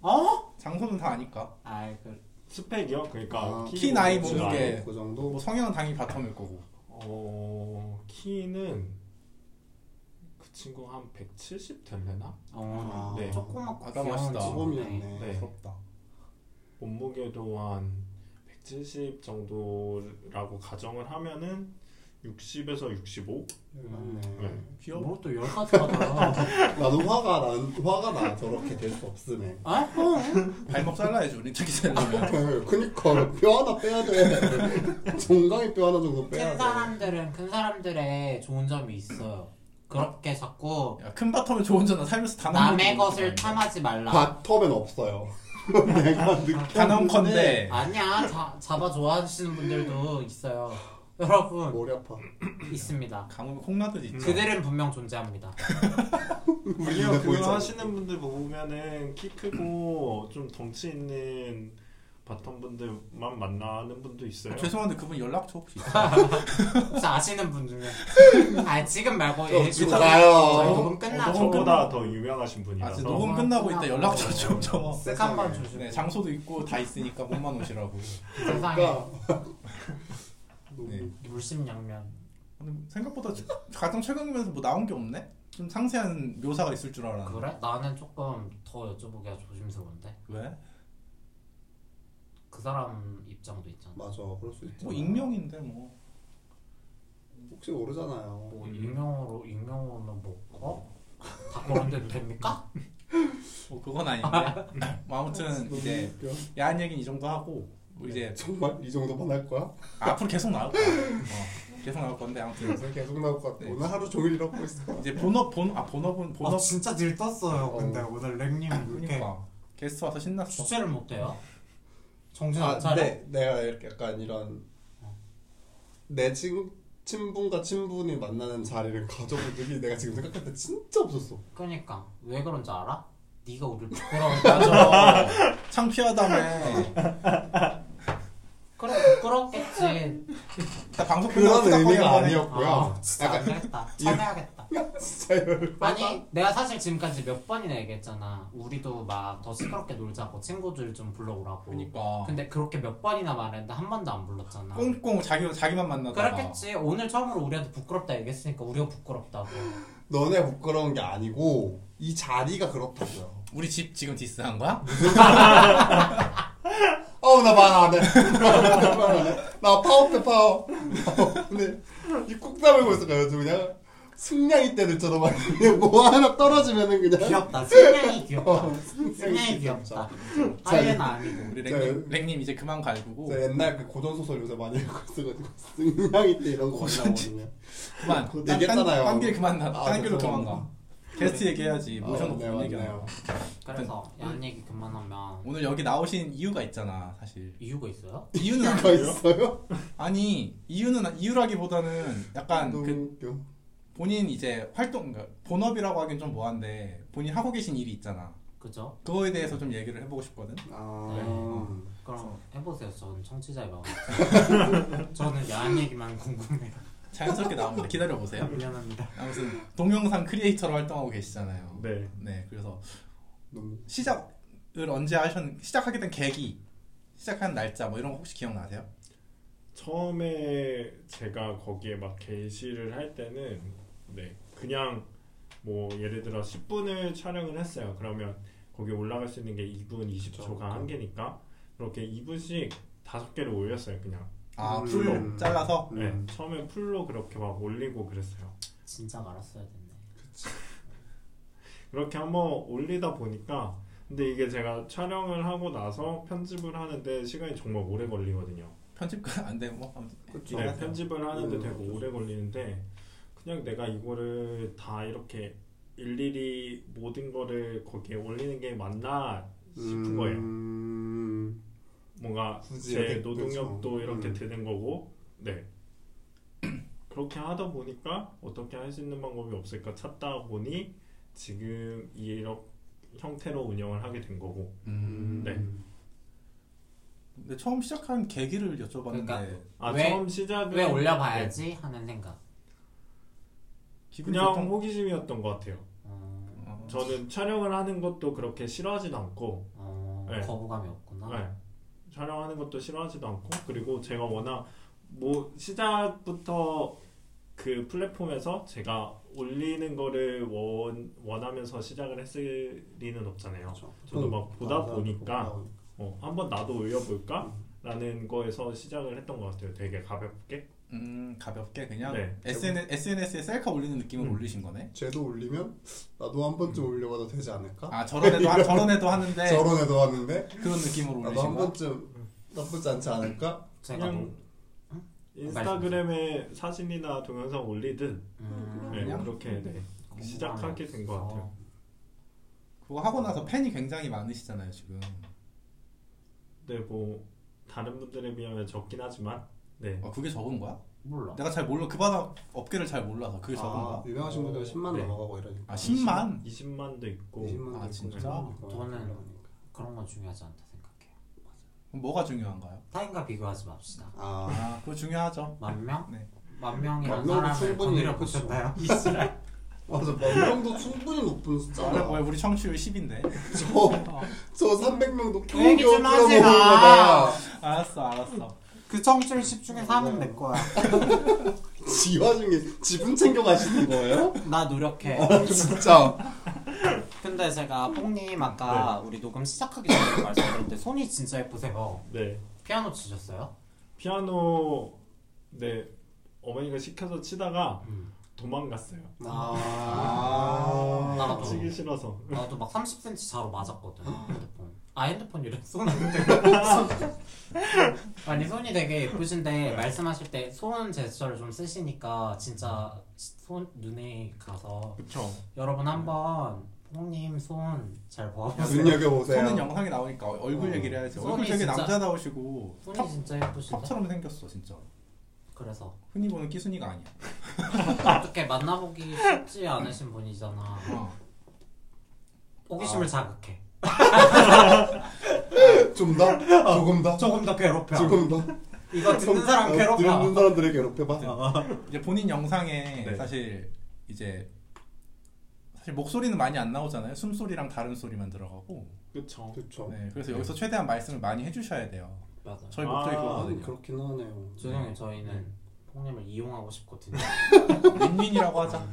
Speaker 3: 어?
Speaker 1: 장소는 다 아니까.
Speaker 3: 아이 그
Speaker 4: 스펙이요? 그러니까
Speaker 2: 아,
Speaker 1: 키, 나이
Speaker 4: 키,
Speaker 1: 모든 게.
Speaker 2: 그 정도.
Speaker 1: 뭐 성향은 당연히 바텀일 거고.
Speaker 4: 어 키는 그 친구 한 170 될래나?
Speaker 3: 어,
Speaker 4: 네.
Speaker 3: 조그맣고
Speaker 1: 아까 맛있다.
Speaker 3: 귀여운 친구네.
Speaker 2: 소금이었네.
Speaker 4: 네.
Speaker 1: 부럽다.
Speaker 4: 몸무게도 한 170 정도라고 가정을 하면은 60에서 65?
Speaker 2: 맞네.
Speaker 4: 네.
Speaker 1: 귀여워.
Speaker 3: 뭐또 열가지가 달라
Speaker 2: 나도 화가 난 화가 나 저렇게 될 수 없음에.
Speaker 3: 아?
Speaker 1: 발목 잘라야지 우리 특이 잘라면.
Speaker 2: 그니까 뼈 하나 빼야 돼. 종강이 뼈 하나 정도
Speaker 3: 큰
Speaker 2: 빼야 돼.
Speaker 3: 그 사람들은 큰 사람들의 좋은 점이 있어요 그렇게 자꾸
Speaker 1: 야, 큰 바텀은 좋은 점은 살면서 단 한. 번도
Speaker 3: 남의
Speaker 1: 못
Speaker 3: 것을
Speaker 1: 들어봤는데.
Speaker 3: 탐하지 말라
Speaker 2: 바텀엔 없어요. 내가 느꼈는데.
Speaker 1: 단언
Speaker 3: 네.
Speaker 1: 건데.
Speaker 3: 아니야 자, 잡아 좋아하시는 분들도 있어요 여러분
Speaker 2: 머리 아파.
Speaker 3: 있습니다
Speaker 1: 강우면 콩나듯 있죠.
Speaker 3: 그들은 분명 존재합니다
Speaker 4: 아니요
Speaker 2: 눈에
Speaker 4: 그거
Speaker 2: 보이잖아.
Speaker 4: 하시는 분들 보면은 키 크고 좀 덩치 있는 바텀 분들만 만나는 분도 있어요.
Speaker 1: 아, 죄송한데 그분 연락처 혹시 있어요?
Speaker 3: 혹시 아시는 분 중에 아 지금 말고
Speaker 2: 저
Speaker 3: 예,
Speaker 2: 죽
Speaker 3: 일단
Speaker 2: 아요
Speaker 3: 녹음 끝나죠
Speaker 4: 저보다 더 유명하신
Speaker 1: 아,
Speaker 4: 분이라서
Speaker 1: 지금 녹음 끝나고 이따 연락처 좀 줘.
Speaker 3: 쓱 한번 주시고
Speaker 1: 네, 장소도 있고 다 있으니까 몸만 오시라고.
Speaker 3: 세상에
Speaker 2: 그러니까
Speaker 1: 네.
Speaker 3: 물심양면
Speaker 1: 근데 생각보다 가장 최근이면서 뭐 나온 게 없네? 좀 상세한 묘사가 있을 줄 알았는데.
Speaker 3: 그래? 나는 조금 더 여쭤보기가 조심스러운데
Speaker 1: 왜?
Speaker 3: 그 사람 입장도 있잖아
Speaker 2: 맞아, 그럴 수 있지.
Speaker 1: 뭐 익명인데 뭐.
Speaker 2: 혹시 모르잖아요. 음.
Speaker 3: 뭐 익명으로 익명으로는 뭐 어? 다 그런데도 됩니까?
Speaker 1: 뭐 그건 아닌데. 뭐 아무튼
Speaker 2: 너무
Speaker 1: 이제
Speaker 2: 웃겨.
Speaker 1: 야한 얘기는 이 정도 하고 뭐 이제
Speaker 2: 정말 이 정도만 할 거야?
Speaker 1: 앞으로 계속 나올 거야. 어, 계속 나올 건데 아무튼
Speaker 2: 그래서 계속 나올 것 같아.
Speaker 1: 네.
Speaker 2: 오늘 하루 종일 이러고 있어.
Speaker 1: 이제 본업 본아 본업은 본업
Speaker 3: 어, 진짜 들떴어요
Speaker 2: 근데
Speaker 3: 오늘
Speaker 2: 아,
Speaker 3: 랭님
Speaker 1: 그러니까
Speaker 2: 네.
Speaker 1: 게스트 와서 신났어.
Speaker 3: 주제를 못해요 정신 안
Speaker 2: 아,
Speaker 3: 차려?
Speaker 2: 네, 내가 이렇게 약간 이런 내 친, 친분과 친분이 만나는 자리를 가져본 적이 내가 지금 생각할 때 진짜 없었어.
Speaker 3: 그러니까 왜 그런지 알아? 네가 우리를 부끄러워
Speaker 1: 맞아. 창피하다며.
Speaker 3: 그래 부끄럽겠지
Speaker 1: 나 방송
Speaker 2: 그런
Speaker 1: 끝나고
Speaker 2: 의미가
Speaker 1: 후닥거리 한번 해.
Speaker 2: 아니었고요.
Speaker 3: 아, 진짜
Speaker 2: 약간
Speaker 3: 안 되겠다. 참여하겠다.
Speaker 2: 진짜 열받아.
Speaker 3: 아니, 내가 사실 지금까지 몇 번이나 얘기했잖아. 우리도 막 더 시끄럽게 놀자고 친구들 좀 불러오라고.
Speaker 1: 그러니까
Speaker 3: 근데 그렇게 몇 번이나 말했는데 한 번도 안 불렀잖아.
Speaker 1: 꽁꽁 자기 자기만
Speaker 3: 어,
Speaker 1: 만나다가.
Speaker 3: 그렇겠지. 오늘 처음으로 우리한테 부끄럽다 얘기했으니까 우리가 부끄럽다고.
Speaker 2: 너네 부끄러운 게 아니고 이 자리가 그렇다고요.
Speaker 1: 우리 집 지금 디스한 거야?
Speaker 2: 어우 나 말 안해 나 파워패 파워 근데 입국 다물고 있어 요즘 그냥 승냥이 때들처럼 막 그냥 뭐 하나 떨어지면은 그냥
Speaker 3: 귀엽다. 승냥이 귀엽다.
Speaker 2: 어,
Speaker 3: 승냥이 네. 귀엽다. 하이에나 아니고.
Speaker 1: 우리
Speaker 2: 자,
Speaker 1: 랭님, 랭님 이제 그만 갈구고
Speaker 2: 저 옛날 그 고전소설 요새 많이 읽고 있어가지고 승냥이 때 이런 거 올라오거든요
Speaker 1: 그만
Speaker 2: 그거
Speaker 1: 딴-
Speaker 2: 얘기했잖아요.
Speaker 1: 딴- 딴길 그만 나
Speaker 2: 아,
Speaker 1: 딴 길로
Speaker 2: 죄송합니다.
Speaker 1: 도망가 게스트 얘기해야지 모셔놓고 뭔
Speaker 2: 아, 맞네요,
Speaker 1: 얘기하냐
Speaker 2: 맞네요.
Speaker 3: 그래서 양 얘기 그만하면
Speaker 1: 오늘 여기 나오신 이유가 있잖아 사실
Speaker 3: 이유가 있어요?
Speaker 1: 이유는
Speaker 2: 이유가
Speaker 1: 아니-
Speaker 2: 있어요?
Speaker 1: 아니 이유는 이유라기보다는 약간
Speaker 2: 너무
Speaker 1: 그
Speaker 2: 웃겨.
Speaker 1: 본인 이제 활동 그러니까 본업이라고 하긴 좀 뭐한데 본인 하고 계신 일이 있잖아
Speaker 3: 그죠?
Speaker 1: 그거에 대해서 좀 얘기를 해보고 싶거든
Speaker 2: 아,
Speaker 3: 네. 그럼 해보세요. 어. 저는 청취자의 마음. 저는 야한 얘기만 궁금해요.
Speaker 1: 자연스럽게 나옵니다 기다려 보세요
Speaker 2: 네.
Speaker 3: 미안합니다.
Speaker 1: 아무튼 동영상 크리에이터로 활동하고 계시잖아요
Speaker 4: 네.
Speaker 1: 네 그래서
Speaker 2: 너무
Speaker 1: 시작을 언제 하셨 시작하게 된 계기 시작한 날짜 뭐 이런 거 혹시 기억나세요?
Speaker 4: 처음에 제가 거기에 막 게시를 할 때는 네 그냥 뭐 예를 들어 10분을 촬영을 했어요. 그러면 거기 올라갈 수 있는 게 2분 20초가 한 개니까 그렇게 2분씩 다섯 개를 올렸어요. 그냥
Speaker 1: 아
Speaker 2: 음.
Speaker 1: 풀로 잘라서
Speaker 2: 음.
Speaker 4: 네, 처음에 풀로 그렇게 막 올리고 그랬어요.
Speaker 3: 진짜 알았어야 됐네.
Speaker 4: 그렇게 한번 올리다 보니까 근데 이게 제가 촬영을 하고 나서 편집을 하는데 시간이 정말 오래 걸리거든요.
Speaker 1: 편집가 안 되고 뭐 아무튼
Speaker 2: 아, 그쵸.
Speaker 4: 네,
Speaker 1: 하세요.
Speaker 4: 편집을 하는데
Speaker 2: 음.
Speaker 4: 되게 오래 걸리는데 그냥 내가 이거를 다 이렇게 일일이 모든 거를 거기에 올리는 게 맞나 싶은
Speaker 2: 음,
Speaker 4: 거예요. 뭔가
Speaker 2: 굳이
Speaker 4: 제
Speaker 2: 이렇게
Speaker 4: 노동력도
Speaker 2: 그렇죠.
Speaker 4: 이렇게
Speaker 2: 음.
Speaker 4: 드는 거고 네 그렇게 하다 보니까 어떻게 할 수 있는 방법이 없을까 찾다 보니 지금 이런 형태로 운영을 하게 된 거고
Speaker 1: 음.
Speaker 4: 네.
Speaker 1: 근데 처음 시작한 계기를 여쭤봤는데
Speaker 3: 그러니까
Speaker 4: 아
Speaker 3: 왜-
Speaker 4: 처음 시작을
Speaker 3: 왜 올려봐야지 하는 생각.
Speaker 1: 기분
Speaker 4: 그냥
Speaker 1: 좋던 거
Speaker 4: 호기심이었던 것 같아요.
Speaker 3: 어,
Speaker 1: 어,
Speaker 4: 저는 촬영을 하는 것도 그렇게 싫어하진 않고
Speaker 3: 어,
Speaker 4: 네.
Speaker 3: 거부감이 없구나.
Speaker 4: 네. 촬영하는 것도 싫어하지도 않고 그리고 제가 워낙 뭐 시작부터 그 플랫폼에서 제가 올리는 거를 원, 원하면서 시작을 했을 리는 없잖아요. 저도 막 보다 보니까 음, 어, 한번 나도 올려볼까?
Speaker 3: 음.
Speaker 4: 라는 거에서 시작을 했던 것 같아요. 되게 가볍게.
Speaker 1: 음 가볍게 그냥
Speaker 4: 네.
Speaker 1: SNS, SNS에 셀카 올리는 느낌을
Speaker 4: 음.
Speaker 1: 올리신 거네
Speaker 2: 쟤도 올리면 나도 한 번쯤 올려봐도 되지 않을까?
Speaker 1: 아 저런 애도 하- 저런 애도 하는데
Speaker 2: 저런 애도 왔는데
Speaker 1: 그런 느낌으로
Speaker 2: 나도
Speaker 3: 아,
Speaker 2: 한
Speaker 1: 네. 올리신 거야?
Speaker 2: 번쯤 나쁘지 않지 않을까?
Speaker 3: 제가 뭐- 어?
Speaker 4: 그냥
Speaker 3: 너무- 응?
Speaker 4: 인스타그램에 사진이나 동영상 올리든
Speaker 3: 음,
Speaker 4: 네,
Speaker 1: 그냥?
Speaker 4: 그렇게 네,
Speaker 3: 거부감이
Speaker 4: 시작하게 된 것
Speaker 3: 없어.
Speaker 4: 같아요.
Speaker 1: 그거 하고 나서 팬이 굉장히 많으시잖아요 지금
Speaker 4: 네, 뭐 다른 분들에 비하면 적긴 하지만 네.
Speaker 1: 아 그게 적은 거야?
Speaker 3: 몰라.
Speaker 1: 내가 잘 몰라 그 바닥 업계를 잘 몰라서 그게 적은
Speaker 2: 아,
Speaker 1: 거야?
Speaker 2: 유명하신 분들 10만
Speaker 4: 네.
Speaker 2: 넘어가고 이러니까
Speaker 1: 아 10만?
Speaker 4: 20만도 있고
Speaker 2: 20만
Speaker 1: 아, 진짜?
Speaker 3: 저는- 그런 건 중요하지 않다 생각해요.
Speaker 1: 그럼 뭐가 중요한가요?
Speaker 3: 타인과 비교하지 맙시다.
Speaker 2: 아
Speaker 1: 아 그거 중요하죠
Speaker 3: 만 명?
Speaker 1: 네.
Speaker 3: 만 명이란
Speaker 2: 만 명도
Speaker 3: 사람을
Speaker 2: 충분히
Speaker 3: 건드려
Speaker 2: 그렇죠.
Speaker 3: 보셨나요?
Speaker 2: 맞아 만명도 충분히 높은
Speaker 3: 아.
Speaker 2: 숫자라
Speaker 4: 어.
Speaker 1: 뭐야 우리 청취율 10인데
Speaker 2: 저저 300명도
Speaker 3: 그 얘기 좀 하지 마.
Speaker 1: 알았어 알았어
Speaker 3: 그 청출 10 중에 3은 내 거야.
Speaker 2: 지 와중에 지분 챙겨 가시는 거예요?
Speaker 3: 나 노력해.
Speaker 2: 어, 그렇죠. 진짜
Speaker 3: 근데 제가 뽕님 아까
Speaker 2: 네.
Speaker 3: 우리 녹음 시작하기 전에 말씀드렸는데 손이 진짜 예쁘세요.
Speaker 4: 네.
Speaker 3: 피아노 치셨어요?
Speaker 4: 피아노 네 어머니가 시켜서 치다가
Speaker 3: 음.
Speaker 4: 도망갔어요.
Speaker 2: 아.
Speaker 3: 나도.
Speaker 4: 치기 싫어서.
Speaker 3: 나도 막 30cm 자로 맞았거든. 핸드폰. 아 핸드폰이래. 손. 아니 손이 되게 예쁘신데 말씀하실 때 손 제스처를 좀 쓰시니까 진짜 손 눈에 가서
Speaker 4: 그쵸.
Speaker 3: 여러분 한번 뽕님 손 잘 보세요.
Speaker 2: 눈여겨 보세요.
Speaker 1: 저는 영상에 나오니까 얼굴
Speaker 2: 네. 어.
Speaker 1: 얘기를 해야지
Speaker 3: 손이
Speaker 1: 얼굴 되게
Speaker 3: 진짜-
Speaker 1: 남자다우시고
Speaker 3: 손이
Speaker 1: 탑,
Speaker 3: 진짜 예쁘신데
Speaker 1: 탑처럼 생겼어 진짜
Speaker 3: 그래서
Speaker 1: 흔히 보는 끼순이가 아니야
Speaker 3: 어떻게 만나보기 쉽지 않으신 분이잖아.
Speaker 1: 어.
Speaker 3: 호기심을 자극해.
Speaker 2: 좀더 조금 더
Speaker 3: 조금 더 괴롭혀.
Speaker 2: 조금 더
Speaker 3: 이거 듣는 사람
Speaker 2: 어,
Speaker 3: 괴롭혀. 어.
Speaker 2: 듣는 사람들을 괴롭혀 봐. 아,
Speaker 1: 이제 본인 영상에
Speaker 4: 네.
Speaker 1: 사실 이제 사실 목소리는 많이 안 나오잖아요 숨소리랑 다른 소리만 들어가고
Speaker 4: 그쵸.
Speaker 2: 그렇죠.
Speaker 1: 네, 그래서 여기서 최대한 말씀을 많이 해주셔야 돼요
Speaker 3: 맞아.
Speaker 1: 저희
Speaker 4: 아,
Speaker 1: 목적이
Speaker 2: 아니,
Speaker 1: 그거거든요
Speaker 2: 그렇긴 하네요.
Speaker 3: 죄송해요. 저희는 뽕님을 이용하고 싶거든요.
Speaker 1: 윈윈이라고 하자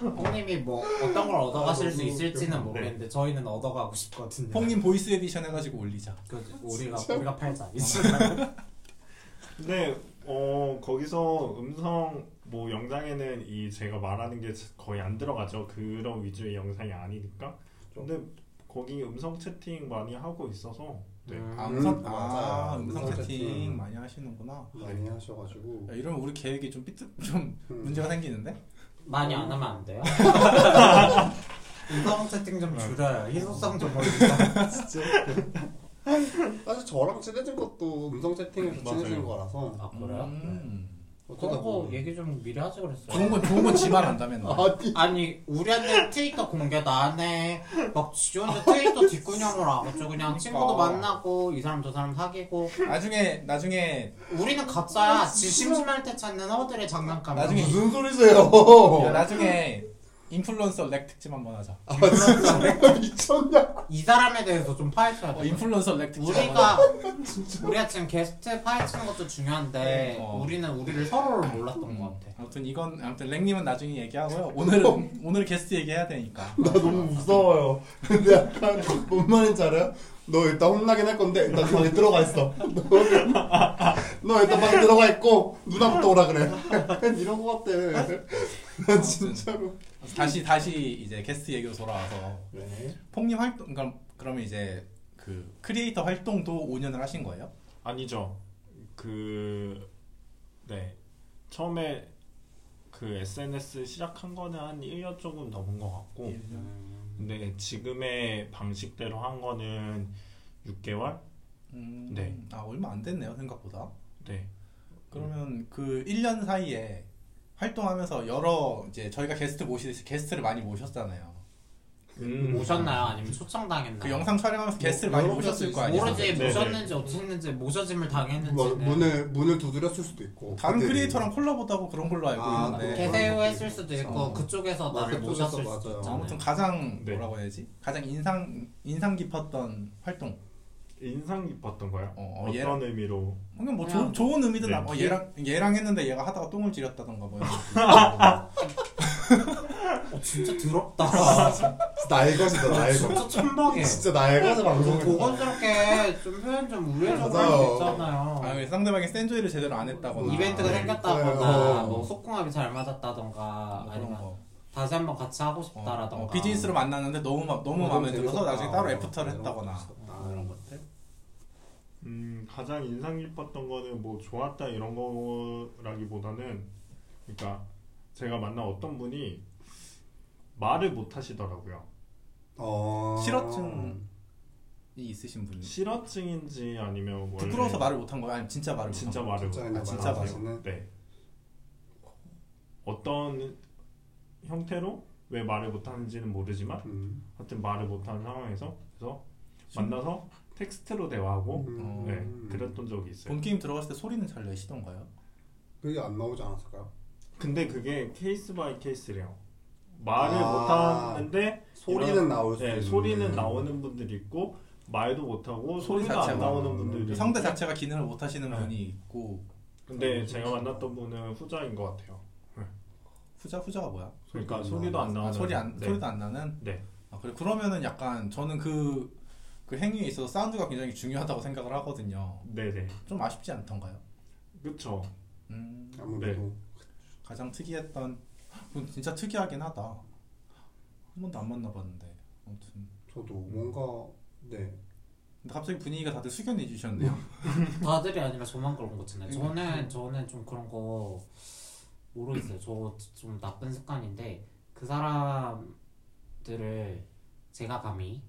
Speaker 3: 뽕님이 뭐 어떤 걸 얻어가실
Speaker 2: 아,
Speaker 3: 수
Speaker 2: 너무
Speaker 3: 있을지는 모르겠는데 저희는 얻어가고 싶거든요.
Speaker 1: 퐁님 보이스 에디션 해가지고 올리자
Speaker 3: 그, 우리가 우리가 팔자.
Speaker 4: 근데 어 거기서 음성 뭐 영상에는 이 제가 말하는 게 거의 안 들어가죠. 그런 위주의 영상이 아니니까. 근데 거기 음성 채팅 많이 하고 있어서 네.
Speaker 3: 음.
Speaker 1: 아, 음성,
Speaker 2: 맞아요.
Speaker 1: 아, 음성
Speaker 2: 음성
Speaker 1: 채팅
Speaker 2: 채팅.
Speaker 1: 많이 하시는구나
Speaker 2: 많이 하셔가지고
Speaker 1: 야, 이러면 우리 계획이 좀 삐뚤 좀
Speaker 2: 음.
Speaker 1: 문제가 생기는데
Speaker 3: 많이 안 하면 안 돼요? 인성 채팅 좀 줄여요. 희소성 좀 올리자.
Speaker 2: 사실 저랑 친해진 것도 음성 채팅에서
Speaker 4: 맞아요.
Speaker 2: 친해진 거라서
Speaker 3: 아 그래요?
Speaker 1: 음.
Speaker 2: 어쩌다
Speaker 3: 그런 거
Speaker 2: 보니
Speaker 3: 얘기 좀 미리 하지
Speaker 1: 좋은
Speaker 3: 그랬어요.
Speaker 1: 건 좋은 건 지만 뭐. 안다 맨날.
Speaker 2: 아니
Speaker 3: 아니 우리한테 트위터 공개 나네 막 지원자 트위터 뒷구녕으로 하고 그냥 친구도
Speaker 1: 그러니까.
Speaker 3: 만나고 이 사람 저 사람 사귀고
Speaker 1: 나중에 나중에
Speaker 3: 우리는 가짜야 지 심심할 때 찾는 허들의 장난감
Speaker 1: 나중에
Speaker 2: 무슨 소리세요?
Speaker 1: 야, 나중에 인플루언서 렉 특집 한번 하자.
Speaker 2: 아 진짜 미쳤냐?
Speaker 3: 이 사람에 대해서 좀 파헤쳐야
Speaker 1: 어,
Speaker 3: 돼
Speaker 1: 인플루언서 렉 특집.
Speaker 3: 우리가 우리가 지금 게스트 파헤치는 것도 중요한데
Speaker 1: 어.
Speaker 3: 우리는 우리를 서로를 몰랐던
Speaker 1: 한번
Speaker 3: 것
Speaker 1: 하자.
Speaker 3: 같아
Speaker 1: 아무튼 이건 아무튼 렉님은 나중에 얘기하고요. 오늘은 오늘 게스트 얘기해야 되니까.
Speaker 2: 나 너무 무서워요. 근데 약간 뭔 말인지 알아요? 너 일단 혼나긴 할 건데 일단 방에 들어가 있어. 너- 너 일단 방에 들어가 있고 누나부터 오라 그래. 약간 이런 거 같아. 나 진짜로.
Speaker 1: 다시 다시 이제 게스트 얘기로 돌아와서
Speaker 2: 네.
Speaker 1: 폭님 활동 그럼 그러면 이제 그 크리에이터 활동도 5년을 하신 거예요?
Speaker 4: 아니죠. 그, 네. 처음에 그 SNS 시작한 거는 한 1년 조금 넘은 것 같고,
Speaker 1: 예.
Speaker 4: 근데 지금의 방식대로 한 거는 6개월?
Speaker 1: 음,
Speaker 4: 네.
Speaker 1: 아 얼마 안 됐네요 생각보다.
Speaker 4: 네.
Speaker 1: 그러면 그 1년 사이에 활동하면서 여러 이제 저희가 게스트 모시듯이 게스트를 많이 모셨잖아요.
Speaker 4: 음.
Speaker 3: 모셨나요? 아니면 초청당했나요?
Speaker 1: 그 영상 촬영하면서 게스트를
Speaker 2: 뭐,
Speaker 1: 많이
Speaker 2: 여러 가지
Speaker 1: 모셨을 거 아니에요?
Speaker 3: 모르지
Speaker 4: 네네.
Speaker 3: 모셨는지 어쨌는지 모셔짐을 당했는지
Speaker 2: 뭐, 문을 문을 두드렸을 수도 있고.
Speaker 1: 네. 다른
Speaker 2: 그들이.
Speaker 1: 크리에이터랑 콜라보도 하고 그런 걸로 알고
Speaker 2: 아,
Speaker 1: 있는데
Speaker 2: 네.
Speaker 3: 개세요 했을 수도 있고
Speaker 1: 어.
Speaker 3: 그쪽에서 나를
Speaker 2: 맞아, 그쪽에서
Speaker 3: 모셨을 수도
Speaker 2: 맞아요.
Speaker 1: 자,
Speaker 3: 있잖아요
Speaker 1: 아무튼 가장
Speaker 4: 네.
Speaker 1: 뭐라고 해야지 가장 인상 인상 깊었던 활동
Speaker 4: 인상 깊었던 거요?
Speaker 1: 어,
Speaker 4: 어,
Speaker 1: 어,
Speaker 4: 떤
Speaker 1: 얘랑-
Speaker 4: 의미로?
Speaker 1: 그냥 뭐
Speaker 3: 그냥
Speaker 1: 좋은 좋은 의미든
Speaker 4: 네.
Speaker 1: 나 어, 얘랑 얘랑 했는데 얘가 하다가 똥을 지렸다던가 뭐 이런
Speaker 3: 어, 진짜 더럽다
Speaker 2: 나의 것이다 나의 것.
Speaker 3: 진짜
Speaker 1: 네.
Speaker 3: 천박해
Speaker 2: 진짜
Speaker 1: 어,
Speaker 2: 나의 것을 방송을.
Speaker 3: 보건스럽게 좀 표현 좀 우회적으로
Speaker 2: 맞아요.
Speaker 3: 할 수 있잖아요
Speaker 1: 아, 왜 상대방이 센조이를 제대로 안 했다거나
Speaker 2: 아,
Speaker 3: 이벤트가
Speaker 1: 네,
Speaker 3: 생겼다거나
Speaker 2: 어.
Speaker 3: 뭐 속궁합이 잘 맞았다던가
Speaker 1: 뭐 그런
Speaker 3: 아니면
Speaker 1: 거
Speaker 3: 다시 한번 같이 하고
Speaker 1: 어,
Speaker 3: 싶다라던가
Speaker 1: 어, 비즈니스로 만났는데 너무 마, 너무 마음에 들어서 나중에 따로 애프터를
Speaker 2: 네.
Speaker 1: 했다거나
Speaker 2: 아, 이런
Speaker 1: 이런
Speaker 2: 거.
Speaker 1: 것들
Speaker 4: 음, 가장 인상 깊었던 거는 뭐 좋았다 이런 거라기보다는, 그러니까 제가 만난 어떤 분이 말을 못 하시더라고요.
Speaker 2: 어.
Speaker 1: 실업증. 이 있으신 분이
Speaker 4: 실어증인지 아니면 원래
Speaker 1: 음. 부끄러워서 말을 못한 거야 아니면 진짜 말을
Speaker 4: 진짜
Speaker 1: 못한
Speaker 4: 말을
Speaker 2: 진짜
Speaker 4: 못해요.
Speaker 1: 아, 진짜
Speaker 4: 말을
Speaker 2: 말을
Speaker 4: 못해요. 네 어떤 형태로 왜 말을 못하는지는 모르지만
Speaker 2: 음.
Speaker 4: 하여튼 말을 못하는 상황에서 그래서 만나서 텍스트로 대화하고
Speaker 2: 음.
Speaker 4: 네 그랬던 적이 있어요.
Speaker 1: 본 게임 들어갔을 때 소리는 잘 내시던가요?
Speaker 2: 그게 안 나오지 않았을까요?
Speaker 4: 근데 그게 케이스 바이 케이스래요. 말을
Speaker 2: 아.
Speaker 4: 못하는데
Speaker 2: 소리는
Speaker 4: 이런-
Speaker 2: 나올 수
Speaker 4: 네,
Speaker 2: 있는.
Speaker 4: 소리는 나오는 분들이 있고 말도 못하고
Speaker 1: 소리
Speaker 4: 소리가 안
Speaker 1: 자체가. 음.
Speaker 4: 나오는 분들이 있고
Speaker 1: 성대 자체가 기능을 못 하시는
Speaker 4: 뭐- 네.
Speaker 1: 분이 있고
Speaker 4: 근데 제가 만났던 분은 후자인 것 같아요.
Speaker 1: 후자 후자가 뭐야?
Speaker 4: 그러니까
Speaker 2: 소리도 안
Speaker 4: 소리도 안 나오는
Speaker 1: 아, 소리 안
Speaker 4: 네.
Speaker 1: 소리도 안 나는.
Speaker 4: 네.
Speaker 1: 아, 그래 그러면은 약간 저는 그. 그 행위에 있어서 사운드가 굉장히 중요하다고 생각을 하거든요.
Speaker 4: 네네.
Speaker 1: 좀 아쉽지 않던가요?
Speaker 4: 그쵸.
Speaker 1: 음,
Speaker 2: 아무래도
Speaker 1: 가장 특이했던 그건 진짜 특이하긴 하다. 한 번도 안 만나봤는데 아무튼.
Speaker 2: 저도 뭔가 네.
Speaker 1: 근데 갑자기 분위기가 다들 숙연해 주셨네요.
Speaker 4: 음.
Speaker 3: 뭐 다들이 아니라 저만 그런 것 같은데
Speaker 1: 그러니까.
Speaker 3: 저는 저는 좀 그런 거 모르겠어요. 저 좀 나쁜 습관인데 그 사람들을 제가 감히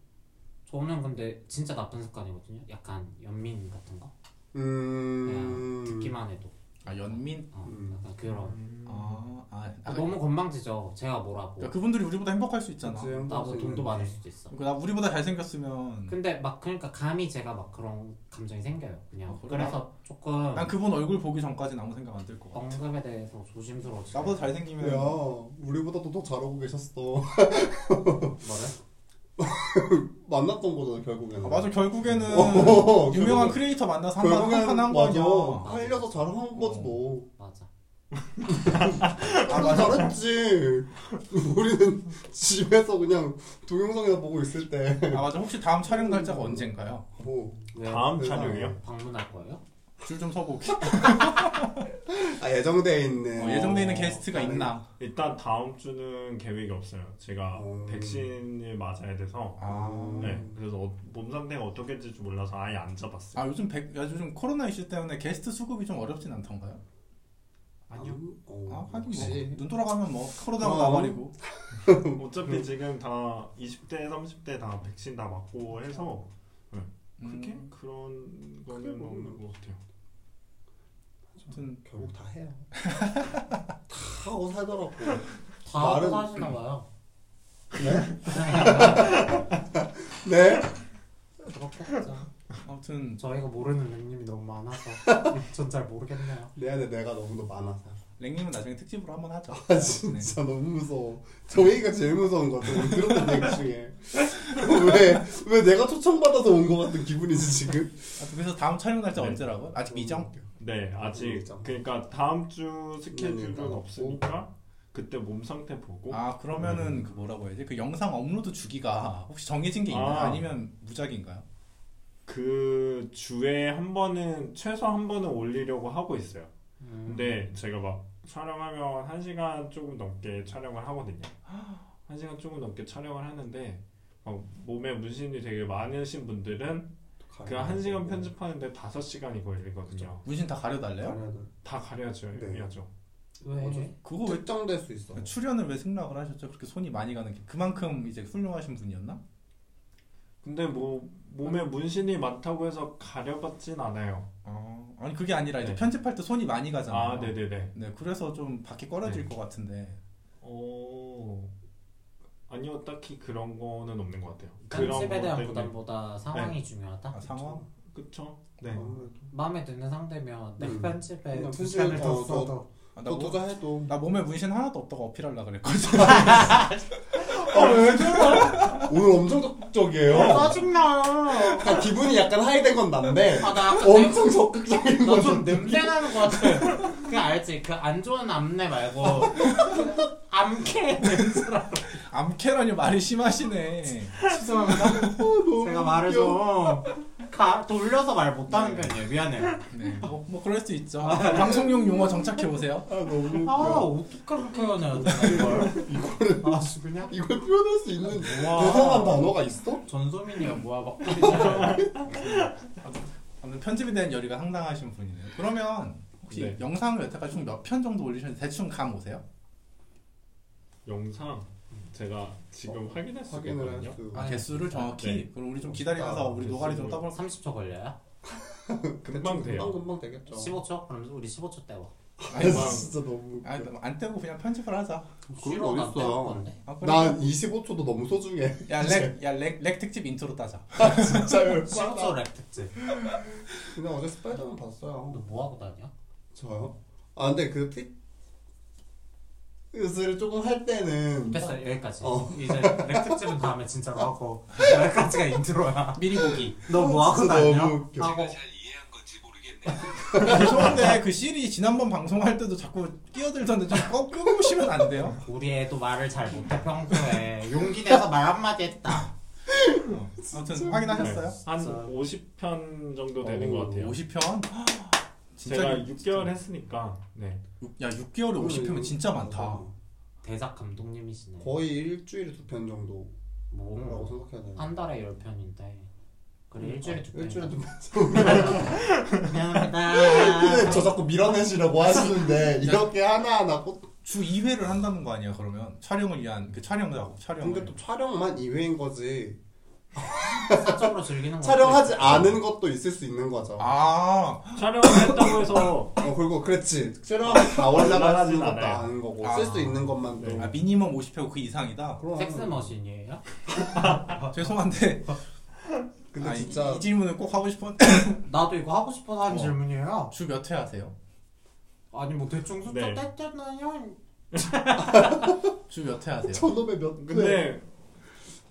Speaker 3: 저는 근데 진짜 나쁜 습관이거든요. 약간 연민 같은 거
Speaker 2: 음.
Speaker 3: 듣기만 해도
Speaker 1: 아 연민.
Speaker 3: 어,
Speaker 2: 음.
Speaker 3: 약간 그런
Speaker 1: 아, 아, 아
Speaker 4: 어.
Speaker 3: 너무 건방지죠. 제가 뭐라고
Speaker 1: 그러니까 그분들이 우리보다 행복할 수 있잖아.
Speaker 2: 그치, 행복할 수
Speaker 3: 나보다 돈도
Speaker 2: 있는데.
Speaker 3: 많을 수도 있어.
Speaker 1: 그러니까 나 우리보다 잘생겼으면
Speaker 3: 근데 막 그러니까 감히 제가 막 그런 감정이 생겨요. 그냥
Speaker 1: 어, 그래?
Speaker 3: 그래서 조금
Speaker 1: 난 그분 얼굴 보기 전까지는 아무 생각 안 들 것 같아.
Speaker 3: 언급에 대해서 조심스러워지고
Speaker 1: 나보다
Speaker 2: 야,
Speaker 1: 잘생기면
Speaker 2: 우리보다 더 잘하고 계셨어.
Speaker 3: 뭐래?
Speaker 2: 만났던 거잖아 결국에는.
Speaker 1: 아, 맞아 결국에는
Speaker 2: 어,
Speaker 1: 유명한
Speaker 2: 결국엔-
Speaker 1: 크리에이터 만나서 한판
Speaker 2: 결국에는
Speaker 1: 한판 한
Speaker 2: 맞아.
Speaker 1: 거냐
Speaker 2: 팔려서 잘한 거지 뭐.
Speaker 3: 맞아.
Speaker 1: 아,
Speaker 2: 아,
Speaker 1: 맞아.
Speaker 2: 잘했지. 우리는 집에서 그냥 동영상이나 보고 있을 때.
Speaker 1: 아 맞아 혹시 다음 촬영 날짜가 언젠가요?
Speaker 2: 뭐.
Speaker 3: 왜요?
Speaker 4: 다음
Speaker 2: 세상에.
Speaker 4: 촬영이요?
Speaker 3: 방문할 거예요?
Speaker 1: 줄 좀 서보기
Speaker 2: 아 예정돼 있는.
Speaker 1: 어, 예정돼 있는 게스트가 있나
Speaker 4: 일단 다음 주는 계획이 없어요. 제가
Speaker 2: 음.
Speaker 4: 백신을 맞아야 돼서
Speaker 1: 아,
Speaker 4: 네. 그래서 어, 몸 상태가 어떻게 될지 몰라서 아예 안 잡았어요.
Speaker 1: 아 요즘 백, 야, 요즘 코로나 이슈 때문에 게스트 수급이 좀 어렵진 않던가요?
Speaker 2: 아니요.
Speaker 1: 아 하긴
Speaker 2: 어, 혹시.
Speaker 1: 뭐눈 돌아가면 뭐 코로나가
Speaker 2: 어.
Speaker 1: 나버리고
Speaker 4: 음,
Speaker 2: 음.
Speaker 4: 어차피 지금 다 20대, 30대 다 백신 다 맞고 해서 그렇게
Speaker 1: 음,
Speaker 4: 그런
Speaker 2: 크게
Speaker 4: 거는
Speaker 2: 뭐.
Speaker 4: 없는 것 같아요.
Speaker 1: 아무튼
Speaker 2: 결국 다 해요. 다 하고 살더라고.
Speaker 3: 다
Speaker 2: 말은-
Speaker 3: 하시나 봐요.
Speaker 2: 네.
Speaker 3: 그렇겠죠.
Speaker 1: 아무튼
Speaker 3: 저희가 모르는 닉님이 너무 많아서 전 잘 모르겠네요.
Speaker 2: 미안해 내가 너무도 많아서.
Speaker 1: 랭님은 나중에 특집으로 한번 하죠. 네.
Speaker 2: 아 진짜 너무 무서워. 정혜이가 제일 무서운 것 같아. 우리 들었던 얘기 중에. 왜, 왜 내가 초청받아서 온 것 같은 기분이지 지금?
Speaker 1: 아, 그래서 다음 촬영 날짜
Speaker 4: 네.
Speaker 1: 언제라고? 아직 미정?
Speaker 4: 네, 아직
Speaker 2: 음, 모르겠죠.
Speaker 4: 그러니까 다음 주 스케줄은
Speaker 2: 네, 네, 다
Speaker 4: 없으니까 그때 몸 상태 보고
Speaker 1: 아 그러면은 그 뭐라고 해야지? 그 영상 업로드 주기가 혹시 정해진 게 있나요?
Speaker 4: 아.
Speaker 1: 아. 니면 무작위인가요?
Speaker 4: 그 주에 한 번은 최소 한 번은 올리려고 하고 있어요.
Speaker 3: 음,
Speaker 4: 근데 제가 막 촬영하면 한 시간 조금 넘게 촬영을 하거든요. 한 시간 조금 넘게 촬영을 하는데 막 몸에 문신이 되게 많으신 분들은 그 한 시간
Speaker 2: 뭐
Speaker 4: 편집하는데 다섯 시간이 걸리거든요.
Speaker 1: 문신 다 가려달래요?
Speaker 4: 다 가려야죠.
Speaker 2: 네.
Speaker 4: 해야죠.
Speaker 3: 왜?
Speaker 1: 그거 왜
Speaker 2: 특정될 수 있어.
Speaker 1: 출연을 왜 승낙을 하셨죠? 그렇게 손이 많이 가는 게 그만큼 이제 훌륭하신 분이었나?
Speaker 4: 근데 뭐 몸에 문신이 많다고 해서 가려봤진 않아요.
Speaker 1: 아, 아니 그게 아니라 이제
Speaker 4: 네.
Speaker 1: 편집할 때 손이 많이 가잖아요.
Speaker 4: 아, 네네네.
Speaker 1: 네, 그래서 좀 밖에 꺼려질
Speaker 4: 네.
Speaker 1: 것 같은데.
Speaker 4: 어 아니요, 딱히 그런 거는 없는 것 같아요.
Speaker 3: 편집에 대한
Speaker 4: 것 때문에. 네.
Speaker 3: 부담보다 상황이 중요하다.
Speaker 1: 아, 상황?
Speaker 4: 그쵸? 네.
Speaker 3: 아. 마음에 드는 상대면 내
Speaker 2: 음.
Speaker 3: 편집에
Speaker 2: 그냥
Speaker 3: 두
Speaker 2: 편집-
Speaker 3: 시간을 더
Speaker 2: 어,
Speaker 3: 써도
Speaker 1: 아, 나,
Speaker 2: 너
Speaker 1: 뭐,
Speaker 2: 도자 해도.
Speaker 1: 나 몸에 문신 하나도 없다고 어필하려 그랬거든.
Speaker 4: 아.
Speaker 2: 아왜 그래? 오늘 엄청
Speaker 3: 어,
Speaker 2: 적극적이에요.
Speaker 3: 짜증나.
Speaker 2: 아, 기분이 약간 하이된 건 난데
Speaker 3: 아나
Speaker 2: 엄청 적극적인 거
Speaker 3: 나좀 냄새 나는 것 같아. 그 알지? 그 안 좋은 암내 말고 그 암캐 냄새라.
Speaker 1: 암캐라니 말이 심하시네.
Speaker 3: 죄송합니다. 제가 말을 좀 가, 돌려서 말 못하는
Speaker 1: 네.
Speaker 3: 편이에요. 미안해요.
Speaker 1: 네, 뭐, 뭐 그럴 수 있죠. 방송용 용어 정착해 보세요.
Speaker 2: 아 너무
Speaker 3: 아
Speaker 2: 웃겨.
Speaker 3: 어떻게 그렇게 하냐 내가 이걸. 아 그냥
Speaker 2: 이걸 표현할 수 있는
Speaker 3: 우와.
Speaker 2: 대단한 단어가 있어?
Speaker 3: 전소민이야 뭐야 막 그러잖아요.
Speaker 1: 아무튼 편집에 대한 열의가 상당하신 분이네요. 그러면 혹시
Speaker 4: 네.
Speaker 1: 영상을 여태까지 총 몇 편 정도 올리셨는데 대충 감 오세요?
Speaker 4: 영상 제가
Speaker 3: 어,
Speaker 4: 지금 확인할 수
Speaker 2: 확인을
Speaker 4: 있거든요.
Speaker 2: 할 수.
Speaker 1: 아,
Speaker 3: 아니,
Speaker 1: 개수를 정확히.
Speaker 4: 네.
Speaker 1: 그럼 우리 좀 기다리면서
Speaker 2: 아,
Speaker 1: 우리
Speaker 4: 개수를-
Speaker 1: 노가리 좀 떠볼.
Speaker 3: 30초 걸려요?
Speaker 4: 금방
Speaker 2: 금방
Speaker 4: 돼요.
Speaker 2: 금방 되겠죠.
Speaker 3: 15초? 그럼 우리 15초 때워.
Speaker 2: 아
Speaker 1: 아니, 뭐,
Speaker 2: 진짜 너무. 웃겨.
Speaker 1: 아니, 뭐안 떼고 그냥 편집을 하자.
Speaker 2: 그런 거
Speaker 3: 나
Speaker 2: 어딨어.
Speaker 3: 때울 건데.
Speaker 1: 아, 그래.
Speaker 2: 난 25초도 너무 소중해.
Speaker 1: 야, 렉, 야, 렉, 렉 특집 인트로 따자.
Speaker 2: 진짜
Speaker 3: 15초 랩 특집.
Speaker 2: 그냥 어제 스파이더맨 봤어요.
Speaker 3: 너 뭐 하고 다녀?
Speaker 2: 저요? 아 근데 그 티... 을 조금 할 때는
Speaker 3: 됐어 여기까지.
Speaker 2: 뭐? 어.
Speaker 3: 이제 랩 특집은 다음에 진짜로 하고 여기까지가 인트로야.
Speaker 1: 미리 보기.
Speaker 3: 너 뭐 하고
Speaker 2: 진짜
Speaker 3: 다녀?
Speaker 2: 너무 웃겨.
Speaker 3: 하고
Speaker 5: 잘 이해한 건지 모르겠네요.
Speaker 1: 죄송한데 그 실이 지난번 방송할 때도 자꾸 끼어들던데 좀 꺼- 끊으시면 안 돼요?
Speaker 3: 우리 애도 말을 잘 못해 평소에 용기 내서 말 한마디 했다.
Speaker 1: 아무튼 확인하셨어요?
Speaker 4: 네. 한
Speaker 3: 진짜.
Speaker 4: 50편 정도 되는 것 같아요.
Speaker 1: 50편?
Speaker 4: 네. 제가
Speaker 1: 진짜
Speaker 4: 6개월 했으니까 네.
Speaker 1: 육- 야 6개월에 50편은 진짜 많다.
Speaker 3: 대작 감독님이시네.
Speaker 2: 어, 거의 음, 일주일에 두 편 정도라고
Speaker 3: 뭐,
Speaker 2: 생각해야 되나?
Speaker 3: 한 달에 열 편인데. 그래 일주일에 두
Speaker 2: 음,
Speaker 3: 편.
Speaker 2: 어, 일주일에 두 편. 근데
Speaker 3: 미안합니다.
Speaker 2: 저 자꾸 밀어내시려고 하시는데 이렇게 하나하나 꽂
Speaker 1: 주 2회를 한다는 거 아니야 그러면? 촬영을 위한 그 촬영 작업 촬영
Speaker 2: 근데 또 촬영만 2회인 거지
Speaker 3: 사적으로 즐기는 거.
Speaker 2: 촬영하지 않은 것도 있을 수 있는 거죠
Speaker 1: 아,
Speaker 4: 촬영을 했다고 해서
Speaker 2: 어 그리고 그렇지 촬영하면 다 올라가는
Speaker 4: 올라가진
Speaker 2: 것도
Speaker 4: 않아요.
Speaker 2: 아는 거고
Speaker 1: 아.
Speaker 2: 쓸 수 있는 것만 또
Speaker 4: 네.
Speaker 1: 아 미니멈 50회고 그 이상이다? 아,
Speaker 2: 그럼.
Speaker 3: 섹스 머신이에요?
Speaker 1: 죄송한데
Speaker 2: 근데
Speaker 1: 아, 이-
Speaker 2: 진짜
Speaker 1: 이, 질문을 꼭 하고 싶은
Speaker 3: 나도 이거 하고 싶어서 한
Speaker 1: 어.
Speaker 3: 질문이에요.
Speaker 1: 주 몇 회 하세요?
Speaker 3: 아니 뭐 대충 숫자
Speaker 4: 네.
Speaker 3: 뗐잖아요.
Speaker 1: 주 몇 회 하세요?
Speaker 2: 저놈의
Speaker 1: 네.
Speaker 2: 몇,
Speaker 4: 근데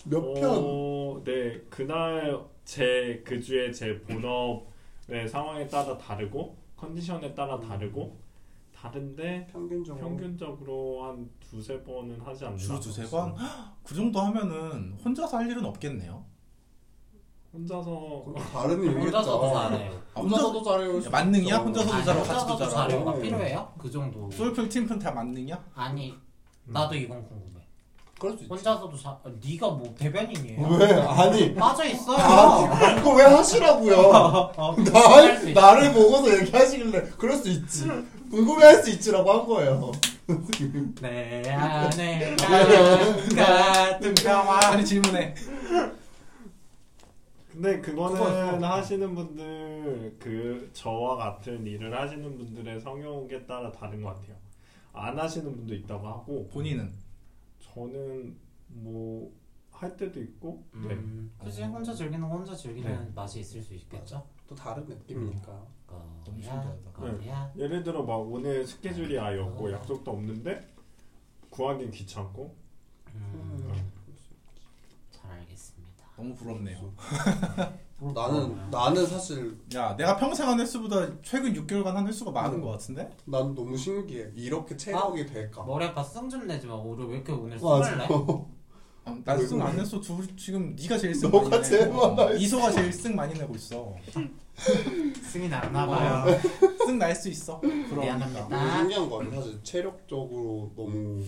Speaker 2: 몇 편?
Speaker 4: 어, 네 그날 제 그 주에 제 본업의 상황에 따라 다르고 컨디션에
Speaker 1: 음.
Speaker 4: 따라 다르고 다른데
Speaker 2: 평균적으로
Speaker 4: 평균적으로 한 두세 번은 하지 않나
Speaker 1: 주 두세 번? 그 정도 하면은 혼자서 할 일은 없겠네요.
Speaker 4: 혼자서
Speaker 2: 다른
Speaker 3: 혼자서도
Speaker 2: 이유겠죠
Speaker 3: 잘해요.
Speaker 1: 아,
Speaker 2: 혼자서도 잘해요
Speaker 1: 야, 만능이야? 혼자서도
Speaker 3: 아니,
Speaker 1: 잘하고 같이도
Speaker 3: 혼자서도
Speaker 1: 잘하고.
Speaker 3: 자료가 필요해요? 그 정도.
Speaker 1: 솔플 팀플 다 만능이야?
Speaker 3: 아니 나도 이건 궁금해.
Speaker 2: 그럴 수 있지
Speaker 3: 혼자서도 자. 네가 뭐 대변인이에요?
Speaker 2: 왜? 아니
Speaker 3: 빠져 있어요.
Speaker 2: 아, 그거 왜 하시라고요?
Speaker 3: 할수
Speaker 2: 날,
Speaker 3: 있어.
Speaker 2: 나를 보고서 얘기하시길래 그럴 수 있지 궁금해할 수 있지라고 한 거예요
Speaker 3: 내 안에 가득 같은 평화
Speaker 1: 아니 질문해.
Speaker 4: 근데 그거는
Speaker 1: 그건-
Speaker 4: 하시는 분들 그 저와 같은 일을 하시는 분들의 성욕에 따라 다른 것 같아요. 안 하시는 분도 있다고 하고
Speaker 1: 본인은
Speaker 4: 저는 뭐 할 때도 있고 네.
Speaker 3: 음, 그지 혼자 즐기는 거 혼자 즐기는 맛이 있을 수 있겠죠.
Speaker 2: 또 다른 느낌이니까.
Speaker 1: 네. 너무
Speaker 3: 거야,
Speaker 1: 신기하다.
Speaker 3: 거야.
Speaker 4: 예를 들어 막 오늘 스케줄이 아예 없고 약속도 없는데 구하기 귀찮고
Speaker 1: 네.
Speaker 3: 음, 잘 알겠습니다. 어,
Speaker 1: 너무 부럽네요.
Speaker 2: 나는 나는 사실
Speaker 1: 야, 내가 평생 한 횟수보다 최근 6개월간 한 횟수가 많은 것 같은데?
Speaker 2: 난 너무 신기해. 이렇게 체력이 될까?
Speaker 3: 머리 아파 승좀 내지 마. 오늘 왜 이렇게 오늘 승을
Speaker 2: 맞아.
Speaker 3: 내?
Speaker 2: 왜
Speaker 1: 어, 난승
Speaker 2: 그래?
Speaker 1: 안 냈어. 둘 지금 네가 제일 승
Speaker 2: 너가
Speaker 1: 많이
Speaker 2: 제일
Speaker 1: 내고 어,
Speaker 2: 많아.
Speaker 1: 이소가 제일 승 많이 내고 있어.
Speaker 3: 승이 나나 봐요.
Speaker 2: 어.
Speaker 1: 승 날 수 있어. 그러니까.
Speaker 3: 미안합니다.
Speaker 2: 너무 신기한 거 같아. 사실 체력적으로 너무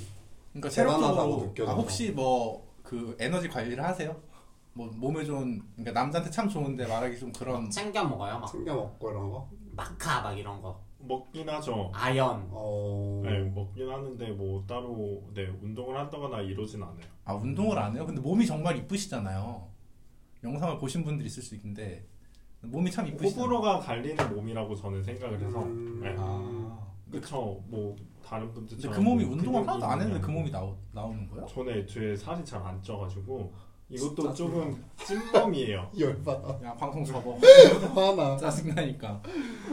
Speaker 1: 그러니까
Speaker 2: 대단하다고
Speaker 1: 체력적으로
Speaker 2: 느껴져요.
Speaker 1: 아, 혹시 뭐 그 에너지 관리를 하세요? 뭐 몸에 좋은 그러니까 남자한테 참 좋은데 말하기 좀 그런
Speaker 3: 음, 챙겨 먹어요. 막
Speaker 2: 챙겨 먹고 이런 거.
Speaker 3: 마카 막 이런 거.
Speaker 4: 먹긴 하죠.
Speaker 3: 아연.
Speaker 2: 어.
Speaker 4: 네, 먹긴 하는데 뭐 따로 네 운동을 한다거나 이러진 않아요.
Speaker 1: 아 운동을 안 해요? 근데 몸이 정말 이쁘시잖아요. 영상을 보신 분들 있을 수 있는데 몸이 참 이쁘시잖아요.
Speaker 4: 호불호가 갈리는 몸이라고 저는 생각을 해서
Speaker 2: 음.
Speaker 4: 네.
Speaker 1: 아,
Speaker 4: 그쵸 뭐 다른 뭐 분들
Speaker 1: 근데 그 몸이 운동을 하나도 안 했는데 그 몸이 나오, 나오는 거야?
Speaker 4: 저는 애초에 살이 잘 안 쪄가지고
Speaker 2: 진짜
Speaker 4: 이것도 조금 찐몸이에요
Speaker 2: 열받아.
Speaker 1: 야 방송 접어
Speaker 2: 화나.
Speaker 1: 짜증나니까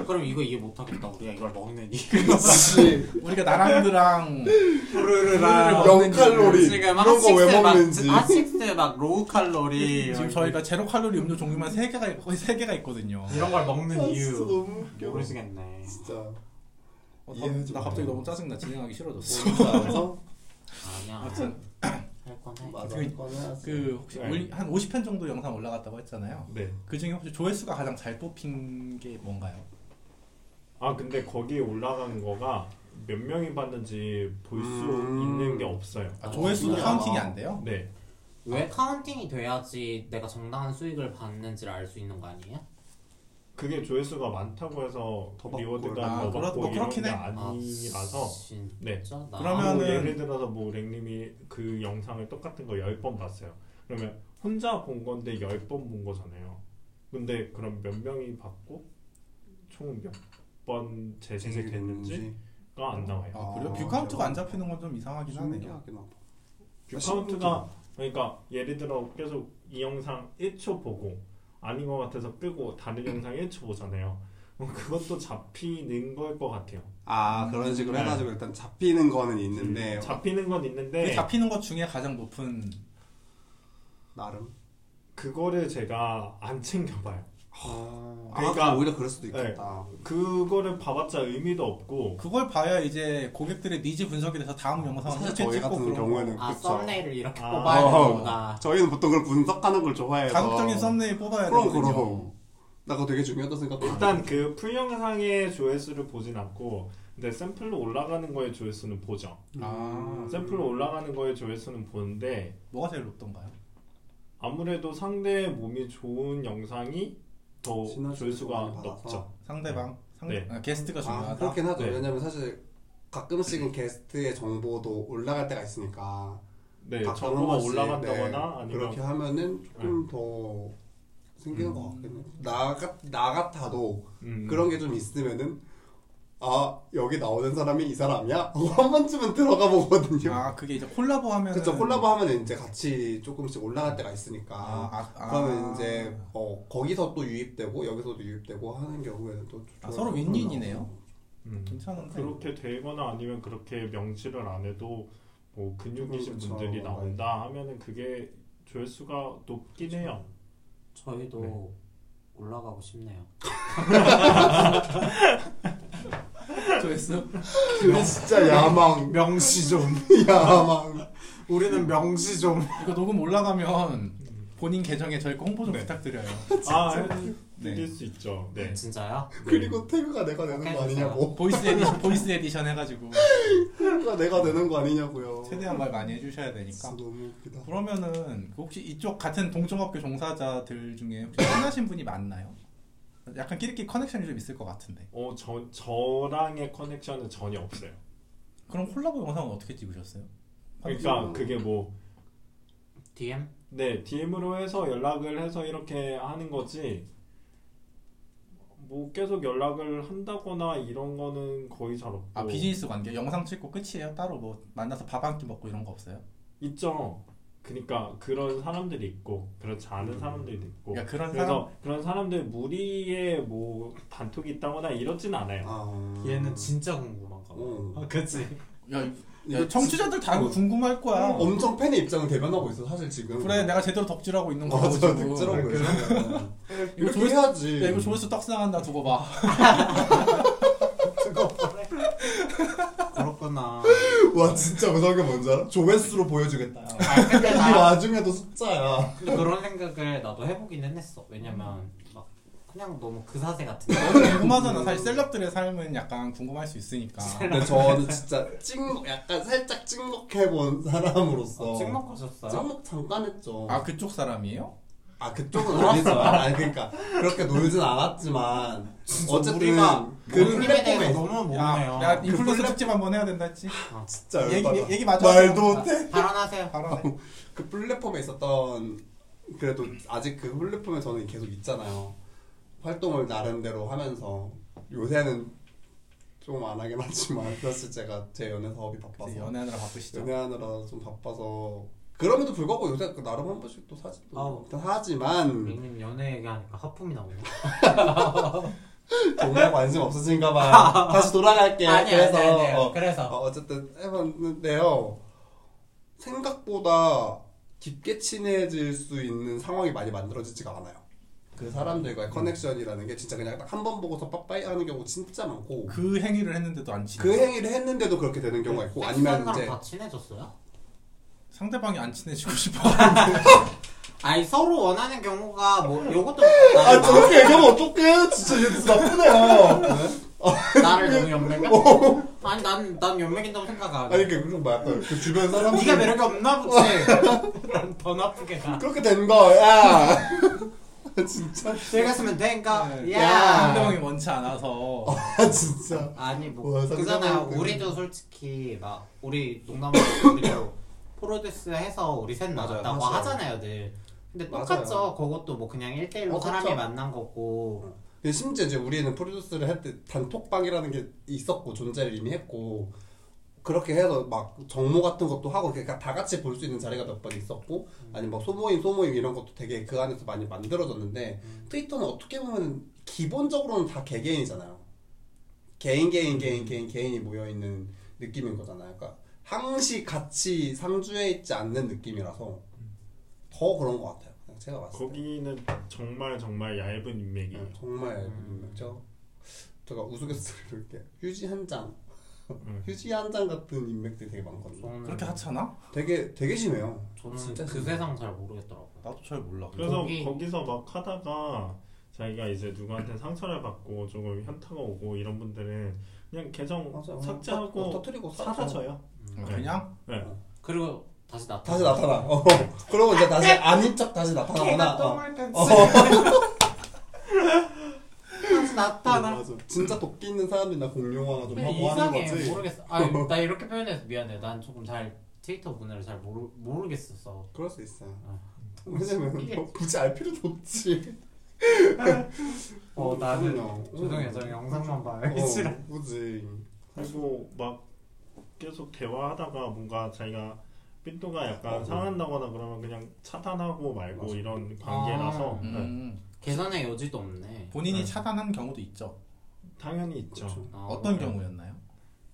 Speaker 3: 그럼 이거 이해 못하겠다. 우리가 이걸 먹는 이.
Speaker 2: 그렇지.
Speaker 1: 우리가 나랑드랑
Speaker 3: 푸르르라.
Speaker 2: 영 칼로리 이런
Speaker 3: 지금
Speaker 2: 거 왜
Speaker 3: 핫식스
Speaker 2: 먹는지.
Speaker 3: 막 아, 핫식스 막 로우 칼로리.
Speaker 1: 지금 어, 저희가 제로 칼로리 음료 종류만 세 개가 있- 거의 세 개가 있거든요.
Speaker 3: 이런 걸 먹는
Speaker 2: 아, 진짜
Speaker 3: 이유
Speaker 2: 너무 웃겨.
Speaker 3: 모르시겠네.
Speaker 2: 진짜.
Speaker 1: 어, 나,
Speaker 2: 이해하지
Speaker 1: 나 갑자기 너무 짜증나 진행하기 싫어졌어.
Speaker 2: 진짜.
Speaker 3: 아니야.
Speaker 1: 아무튼
Speaker 3: 할건 해.
Speaker 2: 맞아.
Speaker 1: 그-
Speaker 2: 꺼내야지.
Speaker 1: 그 혹시
Speaker 4: 네.
Speaker 1: 올리- 한 50편 정도 영상 올라갔다고 했잖아요.
Speaker 4: 네.
Speaker 1: 그 중에 혹시 조회수가 가장 잘 뽑힌 게 뭔가요?
Speaker 4: 아 근데 거기에 올라간 거가 몇 명이 봤는지 볼 수
Speaker 2: 음.
Speaker 4: 있는 게 없어요
Speaker 1: 아,
Speaker 3: 아,
Speaker 1: 조회수도
Speaker 2: 진짜?
Speaker 1: 카운팅이 안 돼요?
Speaker 4: 네
Speaker 3: 왜 카운팅이 돼야지 내가 정당한 수익을 받는지를 알 수 있는 거 아니에요?
Speaker 4: 그게 조회수가 많다고 해서
Speaker 2: 더 받고
Speaker 4: 리워드가
Speaker 1: 아,
Speaker 4: 더
Speaker 1: 그렇-
Speaker 4: 받고
Speaker 1: 뭐
Speaker 4: 이런
Speaker 1: 그렇긴
Speaker 4: 게
Speaker 1: 해.
Speaker 4: 아니라서
Speaker 3: 진짜
Speaker 4: 네.
Speaker 3: 나
Speaker 1: 그러면은-
Speaker 4: 뭐 예를 들어서 뭐 랭님이 그 영상을 똑같은 거 10번 봤어요 그러면 혼자 본 건데 10번 본 거잖아요 근데 그럼 몇 명이 봤고 총 몇 번 네, 재생이 됐는지가 안 나와요
Speaker 1: 아, 그래요?
Speaker 2: 아,
Speaker 1: 뷰 카운트가
Speaker 2: 그래요?
Speaker 1: 안 잡히는 건 좀 이상하긴 하네요.
Speaker 2: 신기하게 나. 그
Speaker 4: 뷰카운트가 그러니까 예를 들어 계속 이 영상 1초 보고 아닌 것 같아서 끄고 다른 영상 1초 보잖아요. 그럼 그것도 잡히는 걸 것 같아요.
Speaker 2: 아 그런 식으로
Speaker 4: 네. 음,
Speaker 2: 해가지고 일단 잡히는 거는 있는데
Speaker 4: 잡히는 건
Speaker 1: 그
Speaker 2: 네.
Speaker 4: 있는데
Speaker 1: 잡히는 것 중에 가장 높은
Speaker 2: 나름.
Speaker 4: 그거를 제가 안 챙겨봐요.
Speaker 2: 아,
Speaker 4: 그러니까- 아,
Speaker 2: 그러니까 오히려 그럴 수도 있겠다.
Speaker 4: 그거를 봐봤자 의미도 없고
Speaker 1: 그걸 봐야 이제 고객들의 니즈 분석이 돼서 다음 영상을
Speaker 2: 사실
Speaker 1: 어떻게
Speaker 2: 저희
Speaker 1: 찍고
Speaker 2: 같은
Speaker 1: 그런
Speaker 2: 경우에는
Speaker 3: 아
Speaker 2: 그쵸.
Speaker 3: 썸네일을 이렇게
Speaker 4: 아.
Speaker 3: 뽑아야
Speaker 2: 어허.
Speaker 3: 되는구나.
Speaker 2: 저희는 보통 그걸 분석하는 걸 좋아해서
Speaker 1: 자극적인 썸네일 뽑아야
Speaker 2: 그럼
Speaker 1: 되거든요.
Speaker 2: 그럼. 나 그거 되게 중요하다 생각해.
Speaker 4: 일단 그 풀 영상의 조회수를 보진 않고 근데 샘플로 올라가는 거의 조회수는 보죠.
Speaker 2: 음.
Speaker 1: 아,
Speaker 4: 샘플로 올라가는 거의 조회수는 보는데
Speaker 1: 뭐가 제일 높던가요?
Speaker 4: 아무래도 상대의 몸이 좋은 영상이 더
Speaker 2: 지난
Speaker 4: 조회수가
Speaker 2: 많이
Speaker 4: 높죠.
Speaker 1: 상대방, 상
Speaker 4: 네.
Speaker 1: 아, 게스트가 중요하다.
Speaker 2: 아, 그렇긴 하죠.
Speaker 4: 네.
Speaker 2: 왜냐면 사실 가끔씩은 게스트의 정보도 올라갈 때가 있으니까
Speaker 4: 네,
Speaker 2: 가끔
Speaker 4: 정보가
Speaker 2: 한 번씩,
Speaker 4: 올라간다거나
Speaker 2: 네,
Speaker 4: 아니면 네.
Speaker 2: 그렇게 하면은 조금 더 생기는
Speaker 1: 음.
Speaker 2: 것 같겠네. 나, 같- 나 같아도
Speaker 4: 음,
Speaker 2: 그런 게 좀 있으면은 아 여기 나오는 사람이 이 사람이야? 하고 한 번쯤은 들어가 보거든요.
Speaker 1: 아, 그게 이제 콜라보 하면
Speaker 2: 그쵸 콜라보 하면 이제 같이 조금씩 올라갈 때가 있으니까
Speaker 1: 아, 아, 아.
Speaker 2: 그러면 이제 어, 거기서 또 유입되고 여기서도 유입되고 하는 경우에는 또
Speaker 1: 아, 서로 윈윈이네요.
Speaker 4: 음,
Speaker 1: 괜찮은데.
Speaker 4: 그렇게 되거나 아니면 그렇게 명시를 안 해도 뭐 근육이신
Speaker 2: 그렇죠.
Speaker 4: 분들이 나온다 하면은 그게 조회수가 높긴 해요.
Speaker 3: 저희도
Speaker 4: 네.
Speaker 3: 올라가고 싶네요.
Speaker 1: 조회수?
Speaker 2: 근데 진짜 야망
Speaker 3: 명시 좀.
Speaker 2: 야망
Speaker 3: 우리는 명시 좀.
Speaker 1: 이거 녹음 올라가면 본인 계정에 저희 거 홍보 좀 부탁드려요.
Speaker 4: 아,
Speaker 1: 네.
Speaker 4: 드릴 수 있죠. 네.
Speaker 3: 진짜요?
Speaker 2: 그렇죠. 그리고 태그가 내가 되는 거 아니냐고
Speaker 1: 보이스 에디션, 보이스 에디션 해가지고
Speaker 2: 태그가 내가 되는 거 아니냐고요
Speaker 3: 그러니까.
Speaker 1: 최대한 말 많이 해주셔야
Speaker 2: 진짜
Speaker 1: 되니까.
Speaker 2: 너무 웃기다
Speaker 1: 그러면은 그 혹시 이쪽 같은 동종업계 종사자들 중에 혹시 친하신 분이 많나요? 약간 끼리끼리 커넥션이 좀 있을 것 같은데.
Speaker 2: 아,
Speaker 4: 어, 저 저랑의 커넥션은 전혀 없어요.
Speaker 1: 그럼 콜라보 영상은 어떻게 찍으셨어요?
Speaker 4: 그러니까 그게 뭐
Speaker 3: DM?
Speaker 4: 네, DM으로 해서 연락을 해서 이렇게 하는 거지. 뭐 계속 연락을 한다거나 이런 거는 거의 잘 없고.
Speaker 1: 아 비즈니스 관계 영상 찍고 끝이에요? 따로 뭐 만나서 밥 한 끼 먹고 이런 거 없어요?
Speaker 4: 있죠. 그러니까 그런 사람들이 있고 그렇지 않은 사람들도 있고.
Speaker 1: 그러니까 그런 사람
Speaker 4: 그래서 그런 사람들 무리에 뭐 단톡이 있다거나 이러진 않아요.
Speaker 2: 아.
Speaker 3: 얘는 진짜 궁금한가 봐.
Speaker 2: 음.
Speaker 3: 아, 그치?
Speaker 1: 야, 이-
Speaker 2: 이거
Speaker 1: 야, 청취자들 다
Speaker 2: 어.
Speaker 1: 궁금할 거야.
Speaker 2: 엄청 팬의 입장을 대변하고 있어 사실 지금.
Speaker 1: 그래 내가 제대로 덕질하고 있는 거고
Speaker 2: 맞아
Speaker 1: 지금.
Speaker 2: 득점하고
Speaker 1: 야,
Speaker 2: 있어.
Speaker 1: 이거
Speaker 2: 이거
Speaker 1: 조회수-
Speaker 2: 조회하지.
Speaker 1: 이거 조회수 떡상한다 두고 봐.
Speaker 3: 그렇구나.
Speaker 2: 와 진짜 무서운 게 뭔지 알아? 조회수로 보여주겠다.
Speaker 3: 아, 근데
Speaker 2: 이
Speaker 3: 나 아,
Speaker 2: 와중에도 숫자야.
Speaker 3: 그런 생각을 나도 해보기는 했어. 왜냐면 막 그냥 너무 그 사세 같은데.
Speaker 1: 너무 궁금하잖아. 사실 셀럽들의 삶은 약간 궁금할 수 있으니까.
Speaker 2: 근데 저는 진짜 찍먹 약간 살짝 찍먹해본 사람으로서
Speaker 3: 어, 찍먹하셨어요?
Speaker 2: 찍먹 잠깐 했죠.
Speaker 1: 아 그쪽 사람이에요?
Speaker 2: 아 그쪽은 아니죠. 아니 그러니까 그렇게 놀진 않았지만 어쨌든
Speaker 3: 우리가
Speaker 2: 그
Speaker 3: 그림에
Speaker 2: 플랫폼에
Speaker 3: 대해서 너무 모르네요.
Speaker 1: 야, 야 인플루언서
Speaker 2: 플랫-
Speaker 1: 특집 한번 해야 된다 했지.
Speaker 2: 진짜
Speaker 1: 얘기-
Speaker 2: 열받아.
Speaker 1: 얘기- 얘기 마저
Speaker 2: 말도
Speaker 1: 하자.
Speaker 2: 못해.
Speaker 3: 발언하세요.
Speaker 1: 바로 해.
Speaker 2: 그 플랫폼에 있었던 그래도 아직 그 플랫폼에 저는 계속 있잖아요. 활동을 나름대로 하면서 요새는 좀 안 하긴 하지만 사실 제가 제 연애 사업이
Speaker 1: 이제
Speaker 2: 바빠서
Speaker 1: 연애하느라
Speaker 2: 그
Speaker 1: 바쁘시죠.
Speaker 2: 연애하느라 좀 바빠서 그럼에도 불구하고 요새 그 나름 한 번씩 또 사진도
Speaker 3: 아우.
Speaker 2: 일단 하지만
Speaker 3: 닉님 연애 얘기하니까 하품이 나오네.
Speaker 2: 정말 관심 없으신가 봐 다시 돌아갈게요 예, 그래서 어,
Speaker 3: 그래서
Speaker 2: 어, 어쨌든 해봤는데요. 생각보다 깊게 친해질 수 있는 상황이 많이 만들어지지가 않아요. 그 사람들과의 커넥션이라는 게 진짜 그냥 딱 한 번 보고서 빠빠이 하는 경우 진짜 많고
Speaker 1: 그 행위를 했는데도 안 친해.
Speaker 2: 그 행위를 했는데도 그렇게 되는 경우가 있고 네. 아니면
Speaker 3: 랑
Speaker 2: 이제
Speaker 3: 다 친해졌어요?
Speaker 1: 상대방이 안 친해지고 싶어.
Speaker 3: 아니 서로 원하는 경우가 뭐 요것도
Speaker 2: 아
Speaker 3: 나를,
Speaker 2: 저렇게 얘기하면 어떡해 진짜 얘 진짜 나쁘네요
Speaker 3: 나를 너무 연맥이야? 아니 난난 연맥인다고 생각 안 해.
Speaker 2: 어. 아니 그러니까 그런 거야 그 주변 사람들
Speaker 3: 네가 매력이 없나 보지. 난 더 나쁘게 가.
Speaker 2: 그렇게 된 거야 진짜
Speaker 3: 제가 쓰면 된가?
Speaker 1: 네.
Speaker 3: 야.
Speaker 1: 상대방이 원치 않아서.
Speaker 2: 아 진짜
Speaker 3: 아니 뭐
Speaker 2: 와, 뭐.
Speaker 3: 그잖아
Speaker 2: 상대방한테.
Speaker 3: 우리도 솔직히 막 우리 농담으로 우리도 프로듀스해서 우리 셋
Speaker 2: 맞아요,
Speaker 3: 나왔다고
Speaker 2: 맞아요.
Speaker 3: 하잖아요 늘 근데
Speaker 2: 맞아요.
Speaker 3: 똑같죠 그것도 뭐 그냥 1대1로
Speaker 2: 어,
Speaker 3: 사람이
Speaker 2: 그렇죠.
Speaker 3: 만난 거고
Speaker 2: 근데 심지어 이제 우리는 프로듀스를 할 때 단톡방이라는 게 있었고 존재를 이미 했고 그렇게 해서 막 정모 같은 것도 하고 그러니까 다 같이 볼 수 있는 자리가 몇 번 있었고 아니면 막 소모임 소모임 이런 것도 되게 그 안에서 많이 만들어졌는데 트위터는 어떻게 보면 기본적으로는 다 개개인이잖아요 개인 개인 개인 개인 개인이 모여 있는 느낌인 거잖아요 그러니까 항시 같이 상주해 있지 않는 느낌이라서 더 그런 것 같아요 그냥 제가 봤을 때
Speaker 4: 거기는 정말 정말 얇은 인맥이에요.
Speaker 1: 네.
Speaker 2: 음, 정말
Speaker 3: 음.
Speaker 2: 저 제가 우스갯소리로 이렇게 휴지 한 장,
Speaker 4: 음.
Speaker 2: 휴지 한 장 같은 인맥들이 되게 많거든요.
Speaker 3: 저는
Speaker 1: 그렇게 하찮아?
Speaker 2: 되게 되게 심해요.
Speaker 3: 저는
Speaker 2: 진짜
Speaker 3: 그
Speaker 2: 심해.
Speaker 3: 세상 잘 모르겠더라고요
Speaker 1: 나도 잘 몰라.
Speaker 4: 그래서
Speaker 3: 거기-
Speaker 4: 거기... 서막 하다가 자기가 이제 누구한테 상처를 받고 조금 현타가 오고 이런 분들은 그냥 계정
Speaker 2: 맞아요. 어, 터-
Speaker 4: 삭제하고
Speaker 2: 터뜨리고 사라져요.
Speaker 4: 사라져요.
Speaker 1: 아,
Speaker 2: 어.
Speaker 1: 그냥
Speaker 4: 네.
Speaker 3: 그리고 다시 나타
Speaker 2: 다시 나타나. 어. 그러고 이제 다시 아닌 척 다시
Speaker 3: 네. 걔가
Speaker 2: 나타나거나. 어.
Speaker 3: 똥을 뺐지 다시 나타나
Speaker 2: 네, 맞아. 진짜 도끼 있는 사람이나 공룡화나 좀
Speaker 3: 근데
Speaker 2: 하고 뭐 하는
Speaker 3: 이상해
Speaker 2: 거지.
Speaker 3: 모르겠어 아니 나 이렇게 표현해서 미안해 난 조금 잘 트위터 문화를 잘 모르, 모르겠었어
Speaker 2: 그럴 수 있어요.
Speaker 3: 아.
Speaker 2: 왜냐면
Speaker 3: 이게-
Speaker 2: 뭐 굳이 알 필요도 없지.
Speaker 3: 어 나는
Speaker 2: 그럼요.
Speaker 3: 조동현 저 영상만 봐요. 이 지랄.
Speaker 2: 어, 굳이.
Speaker 4: 그리고 막 계속 대화하다가 뭔가 자기가 삔또가 약간
Speaker 2: 어.
Speaker 4: 상한다거나 그러면 그냥 차단하고 말고
Speaker 2: 맞아.
Speaker 4: 이런 관계라서
Speaker 3: 아.
Speaker 4: 네.
Speaker 1: 음,
Speaker 3: 계산의 여지도 없네.
Speaker 1: 본인이
Speaker 4: 네.
Speaker 1: 차단한 경우도 있죠.
Speaker 4: 당연히 있죠.
Speaker 2: 그렇죠.
Speaker 3: 아,
Speaker 1: 어떤 경우였나요?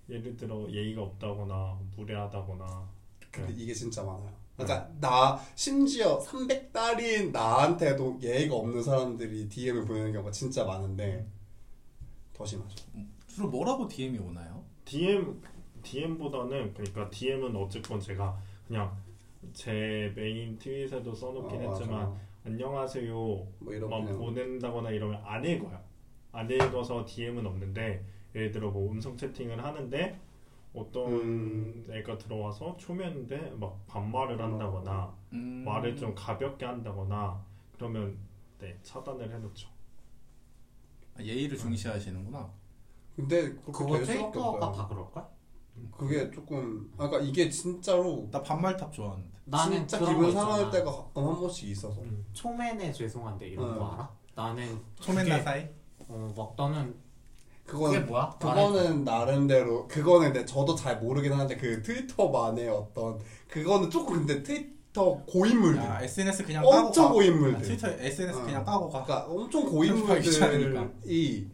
Speaker 4: 예를 들어 예의가 없다거나 무례하다거나
Speaker 2: 근데 이게 진짜 많아요. 그러니까 나 심지어 300달인 나한테도 예의가 없는 사람들이 DM을 보내는 경우가 진짜 많은데 더 심하죠.
Speaker 1: 주로 뭐라고 DM이 오나요?
Speaker 4: DM DM보다는 그러니까 DM은 어쨌건 제가 그냥 제 메인 트윗에도 써놓긴
Speaker 2: 어, 맞아.
Speaker 4: 했지만 안녕하세요
Speaker 2: 뭐 이런
Speaker 4: 막
Speaker 2: 그냥
Speaker 4: 보낸다거나 이러면 안 읽어요. 안 읽어서 DM은 없는데 예를 들어 뭐 음성 채팅을 하는데 어떤
Speaker 2: 음.
Speaker 4: 애가 들어와서 초면인데 막 반말을
Speaker 2: 어.
Speaker 4: 한다거나
Speaker 1: 음,
Speaker 4: 말을 좀 가볍게 한다거나 그러면 네 차단을 해놓죠.
Speaker 1: 아, 예의를 중시하시는구나.
Speaker 3: 네.
Speaker 2: 근데 그렇게
Speaker 3: 그거
Speaker 2: 될 수밖에
Speaker 3: 트위터가
Speaker 2: 없어요.
Speaker 3: 다 그럴걸?
Speaker 2: 그게 조금 아까 그러니까 이게 진짜로
Speaker 1: 나 반말탑 좋아하는데.
Speaker 3: 나는
Speaker 2: 진짜
Speaker 3: 그런 거
Speaker 2: 기분
Speaker 3: 있잖아.
Speaker 2: 상할 때가 가끔 한 번씩 있어서
Speaker 3: 음, 초면에 죄송한데 이런
Speaker 2: 음.
Speaker 3: 거 알아? 나는
Speaker 1: 초맨
Speaker 3: 그게-
Speaker 1: 나사이.
Speaker 3: 어, 막 너는 그게
Speaker 2: 그건
Speaker 3: 뭐야?
Speaker 2: 그거는 나름대로 그거는 근데 저도 잘 모르긴 하는데 그 트위터만의 어떤 그거는 조금 근데 트위터 고인물들
Speaker 3: 아,
Speaker 1: 야 SNS 그냥 까고
Speaker 2: 엄청
Speaker 1: 가. 아,
Speaker 2: 고인물들
Speaker 1: 트위터 SNS
Speaker 2: 어.
Speaker 1: 그냥 까고 가.
Speaker 2: 그러니까 엄청
Speaker 1: 편집하기 귀찮으니까.
Speaker 2: 고인물들이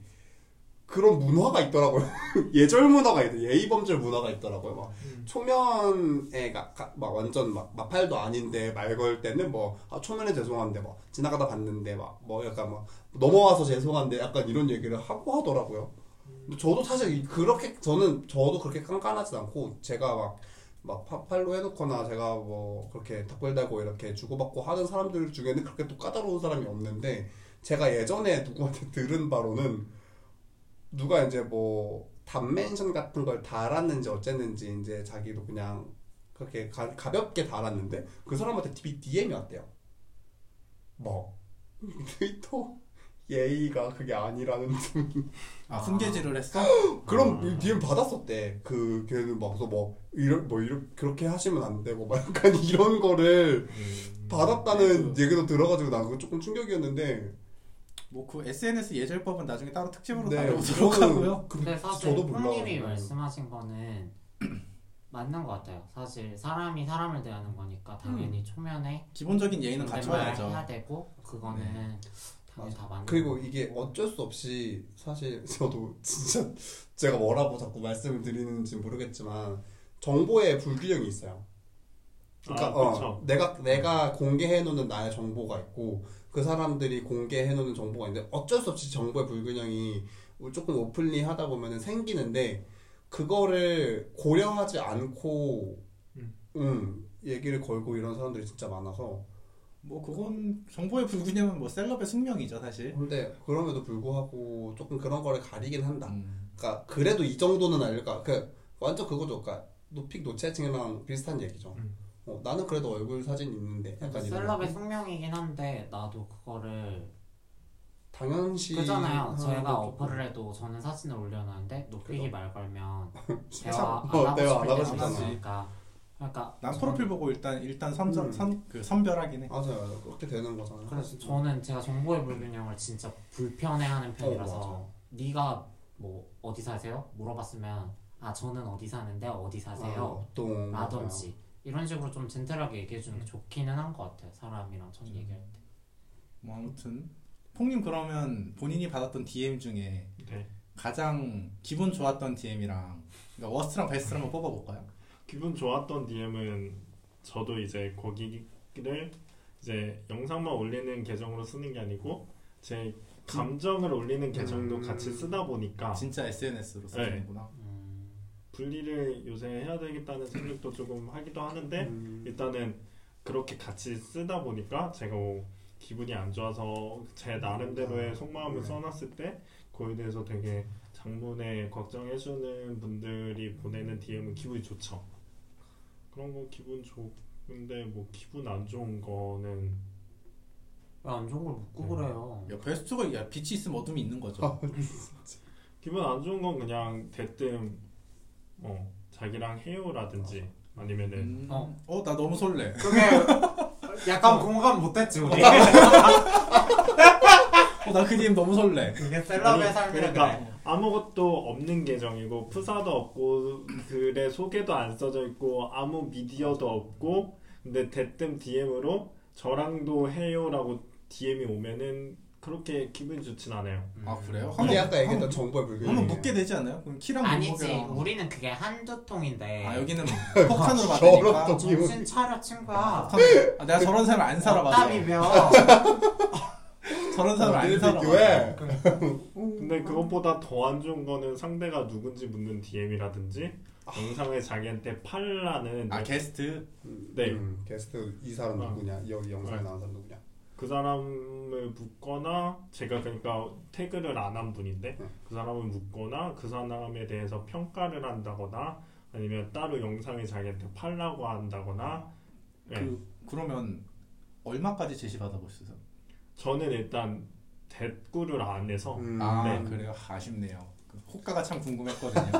Speaker 2: 그런 문화가 있더라고요. 예절 문화가 있더 예의범절 문화가 있더라고요. 막
Speaker 1: 음.
Speaker 2: 초면에 가, 가- 막 완전 막 마팔도 아닌데 말 걸 때는 뭐 아, 초면에 죄송한데 막 지나가다 봤는데 막 뭐 약간 막 넘어와서 죄송한데 약간 이런 얘기를 하고 하더라고요. 근데 저도 사실 이- 그렇게 저는 저도 그렇게 깐깐하진 않고 제가 막 막 파팔로 해놓거나 제가 뭐 그렇게 댓글 달고 이렇게 주고받고 하는 사람들 중에는 그렇게 또 까다로운 사람이 없는데 제가 예전에 누구한테 들은 바로는 누가 이제 뭐 단멘션 같은 걸 달았는지 어쨌는지 이제 자기도 그냥 그렇게 가, 가볍게 달았는데 그 사람한테 TV DM이 왔대요. 뭐 트위터 예의가 그게 아니라는 둥.
Speaker 1: 아 훈계질을 했어?
Speaker 2: 그럼
Speaker 4: 아.
Speaker 2: DM 받았었대. 그 걔는 막 그래서 뭐 이런 뭐 이런 그렇게 하시면 안 되고 막 약간 이런 거를
Speaker 4: 음.
Speaker 2: 받았다는 얘기도 들어가지고 나 그거 조금 충격이었는데
Speaker 1: 뭐 그 SNS 예절법은 나중에 따로 특집으로
Speaker 2: 네,
Speaker 1: 다뤄보도록
Speaker 2: 그거는
Speaker 1: 하고요.
Speaker 2: 그-
Speaker 3: 근데 네, 사실
Speaker 2: 저도 몰라.
Speaker 3: 형님이 말씀하신 거는 맞는 것 같아요. 사실 사람이 사람을 대하는 거니까 당연히 초면에
Speaker 1: 기본적인 예의는
Speaker 3: 존댓말
Speaker 1: 갖춰야죠.
Speaker 3: 해야 되고 그거는 당연히 다 맞는
Speaker 2: 네. 그리고 이게 어쩔 수 없이 사실 저도 진짜 제가 뭐라고 자꾸 말씀을 드리는지 모르겠지만 정보의 불균형이 있어요. 그러니까
Speaker 4: 아,
Speaker 2: 어,
Speaker 4: 그쵸.
Speaker 2: 내가 내가 공개해 놓는 나의 정보가 있고 그 사람들이 공개해 놓는 정보가 있는데 어쩔 수 없이 정보의 불균형이 조금 오픈리 하다 보면 생기는데 그거를 고려하지 않고
Speaker 4: 음.
Speaker 2: 음, 얘기를 걸고 이런 사람들이 진짜 많아서
Speaker 1: 뭐 그건 정보의 불균형은 뭐 셀럽의 숙명이죠 사실.
Speaker 2: 근데 그럼에도 불구하고 조금 그런 거를 가리긴 한다. 그러니까 그래도 이 정도는 알까. 그 완전 그거죠. 그러니까 노픽 노체층이랑 비슷한 얘기죠.
Speaker 4: 음.
Speaker 2: 어, 나는 그래도 얼굴 사진 있는데 약간 이런
Speaker 3: 셀럽의 숙명이긴 한데 나도 그거를
Speaker 2: 당연시 뭐
Speaker 3: 그잖아요. 저희가
Speaker 2: 하는
Speaker 3: 어플을 해도 저는 사진을 올려놨는데 높이기 말 걸면 대화
Speaker 2: 세상-
Speaker 3: 안
Speaker 2: 어,
Speaker 3: 하고
Speaker 2: 대화 안 하고
Speaker 3: 싶을 때도
Speaker 1: 싶잖아.
Speaker 3: 있으니까 그러니까
Speaker 1: 난 프로필 보고 일단 일단 선전
Speaker 2: 음.
Speaker 1: 선, 그 선별하긴 해.
Speaker 2: 맞아요, 맞아요. 그렇게 되는 거잖아요.
Speaker 3: 네. 그래서 저는 제가 정보의 불균형을 진짜 불편해하는 편이라서
Speaker 2: 어,
Speaker 3: 네가 뭐 어디 사세요? 물어봤으면 아 저는 어디 사는데 어디 사세요?
Speaker 2: 아, 또
Speaker 3: 라든지 이런 식으로 좀 젠틀하게 얘기해 주는 게 좋기는 한 것 같아요. 사람이랑 처음 얘기할 때.
Speaker 1: 뭐 아무튼 폭님 그러면 본인이 받았던 DM 중에
Speaker 4: 네.
Speaker 1: 가장 기분 좋았던 DM이랑 그러니까 워스트랑 베스트를 한번 뽑아볼까요?
Speaker 4: 기분 좋았던 DM은 저도 이제 거기를 이제 영상만 올리는 계정으로 쓰는 게 아니고 제 감정을 올리는 계정도
Speaker 2: 음.
Speaker 4: 같이 쓰다 보니까
Speaker 1: 진짜 SNS로 쓰는구나.
Speaker 3: 음,
Speaker 4: 분리를 요새 해야 되겠다는 생각도 조금 하기도 하는데
Speaker 1: 네?
Speaker 2: 음,
Speaker 4: 일단은 그렇게 같이 쓰다 보니까 제가 뭐 기분이 안 좋아서 제 나름대로의 속마음을
Speaker 2: 네.
Speaker 4: 써놨을 때 그거에 대해서 되게 장문에 걱정해주는 분들이 보내는 DM은 기분이 좋죠. 그런 거 기분 좋은데 뭐 기분 안 좋은 거는
Speaker 3: 왜안 좋은 걸 묻고
Speaker 4: 음.
Speaker 3: 그래요?
Speaker 1: 야 베스트가 야 빛이 있으면 어둠이 있는 거죠.
Speaker 4: 기분 안 좋은 건 그냥 대뜸 뭐 자기랑 해요라든지 아니면은
Speaker 1: 음,
Speaker 3: 어.
Speaker 1: 어 나 너무 설레.
Speaker 3: 그게 약간 뭐 공감 못했지 우리.
Speaker 1: 어나그 DM 너무 설레.
Speaker 3: 이게
Speaker 4: 아니, 그러니까 아무것도 없는 계정이고 프사도 없고 글에 소개도 안 써져 있고 아무 미디어도 없고 근데 대뜸 DM으로 저랑도 해요라고 DM이 오면은 그렇게 기분이 좋진 않아요.
Speaker 3: 음.
Speaker 1: 아 그래요?
Speaker 2: 우리
Speaker 1: 한번-
Speaker 2: 아까 얘기했던
Speaker 1: 한번-
Speaker 2: 정보의 불균형.
Speaker 1: 한번 묻게 되지 않아요? 그럼 키랑
Speaker 3: 아니지
Speaker 1: 몸무게랑-
Speaker 3: 우리는 그게 한두 통인데 아,
Speaker 1: 아 여기는 폭탄으로
Speaker 2: 저런
Speaker 1: 맞으니까
Speaker 2: 또 기분.
Speaker 3: 정신 차려 친구야 어,
Speaker 1: 아, 내가 저런 사람 안 살아봐서
Speaker 3: 땀이며
Speaker 1: 저런 사람 안
Speaker 2: 늘
Speaker 1: 살아봐서
Speaker 2: 비교해.
Speaker 4: 근데 그것보다 더 안 좋은 거는 상대가 누군지 묻는 DM이라든지 영상에 자기한테 팔라는
Speaker 1: 아 게스트
Speaker 4: 네.
Speaker 2: 음, 게스트 이 사람
Speaker 4: 아.
Speaker 2: 누구냐? 여기 영상에
Speaker 4: 네.
Speaker 2: 나온 사람 누구냐?
Speaker 4: 그 사람을 묻거나 제가 그러니까 태그를 안 한 분인데
Speaker 2: 네.
Speaker 4: 그 사람을 묻거나 그 사람에 대해서 평가를 한다거나 아니면 따로 영상을 자기한테 팔라고 한다거나 네.
Speaker 1: 그 그러면 얼마까지 제시 받아보셨어요?
Speaker 4: 저는 일단 댓글을 안 해서
Speaker 2: 음,
Speaker 1: 아
Speaker 4: 네.
Speaker 1: 그래요 아쉽네요. 그 호가가 참 궁금했거든요.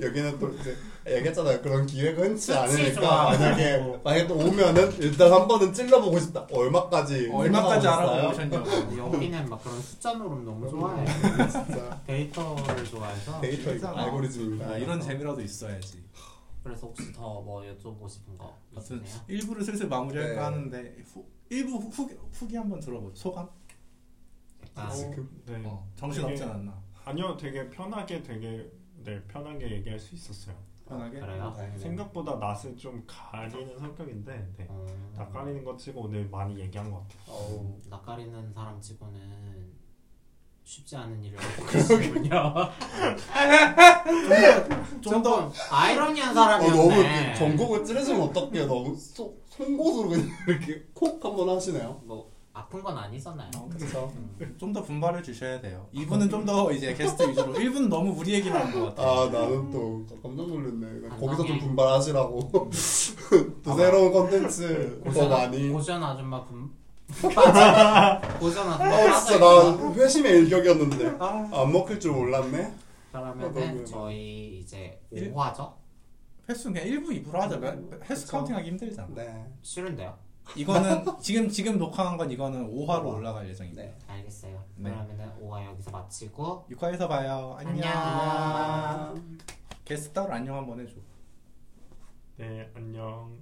Speaker 2: 여기는 또 이제 얘기했잖아요. 그런 기회가 흔치 않으니까
Speaker 3: 좋아.
Speaker 2: 만약에 뭐, 만약에 또 오면은 일단 한 번은 찔러보고 싶다. 얼마까지
Speaker 1: 네. 어, 얼마까지
Speaker 2: 생각하고 있어요?
Speaker 1: 알아보셨냐고.
Speaker 3: 여기는 막 그런 숫자 노름 너무 좋아해.
Speaker 2: 진짜
Speaker 3: 데이터를 좋아해서.
Speaker 2: 데이터 어, 이거
Speaker 1: 진짜.
Speaker 2: 알고리즘입니다.
Speaker 1: 아, 이런 재미라도 있어야지.
Speaker 3: 그래서 혹시 더 뭐 여쭤보고 싶은 거
Speaker 1: 아무튼
Speaker 3: 있으세요?
Speaker 1: 일부를 슬슬 마무리할까
Speaker 2: 네.
Speaker 1: 하는데 후, 일부 후기, 후기 한번 들어보죠. 소감?
Speaker 3: 아,
Speaker 2: 지금
Speaker 4: 네.
Speaker 1: 어, 정신 없지 않았나?
Speaker 4: 아니요, 되게 편하게 되게 네 편하게 얘기할 수 있었어요.
Speaker 1: 편하게?
Speaker 3: 아, 그래요?
Speaker 2: 네.
Speaker 3: 네.
Speaker 4: 생각보다 낯을 좀 가리는 성격인데
Speaker 2: 아.
Speaker 4: 네.
Speaker 3: 어,
Speaker 4: 낯가리는 것 치고 오늘 많이 얘기한 것 같아요.
Speaker 3: 어우, 낯가리는 사람 치고는 쉽지 않은 일을 하고 계시군요.
Speaker 1: 좀 더
Speaker 3: 아이러니한
Speaker 2: 어,
Speaker 3: 사람이었네.
Speaker 2: 너무 이렇게 전곡을 찌르시면 어떡해요. 너무 속 송곳으로 그냥 이렇게 콕 한번 하시네요.
Speaker 3: 뭐 아픈 건 아니잖아요.
Speaker 2: 그렇죠.
Speaker 1: 좀 더 분발을 주셔야 돼요. 이분은 좀 더 이제 게스트 위주로 1분 너무 우리 얘기만 한 것 같아요. 네.
Speaker 2: 아 나는 또 깜짝 놀랐네.
Speaker 3: 아,
Speaker 2: 거기서 좀
Speaker 3: 나는-
Speaker 2: 분발하시라고 또 새로운 컨텐츠 더 많이.
Speaker 3: 고전 아줌마 분 빠져. 고전 아줌마
Speaker 2: 아 진짜
Speaker 3: 빠져 있구나.
Speaker 2: 난 회심의 일격이었는데
Speaker 3: 아,
Speaker 2: 안 먹힐 줄 몰랐네. 아,
Speaker 3: 그러면은
Speaker 2: 너무
Speaker 3: 저희 이제
Speaker 1: 일-
Speaker 3: 5화죠?
Speaker 1: 횟수 그냥 1부 2부로 하자면 횟수
Speaker 2: 그쵸.
Speaker 1: 카운팅하기 힘들잖아.
Speaker 2: 네.
Speaker 3: 싫은데요?
Speaker 1: 이거는 지금 지금 녹화한 건 이거는 5화로 올라갈 예정입니다.
Speaker 2: 네.
Speaker 3: 알겠어요.
Speaker 1: 네.
Speaker 3: 그러면은 5화 여기서 마치고
Speaker 1: 6화에서 봐요. 안녕.
Speaker 3: 안녕.
Speaker 1: 게스트 따로 안녕 한번 해줘.
Speaker 4: 네, 안녕.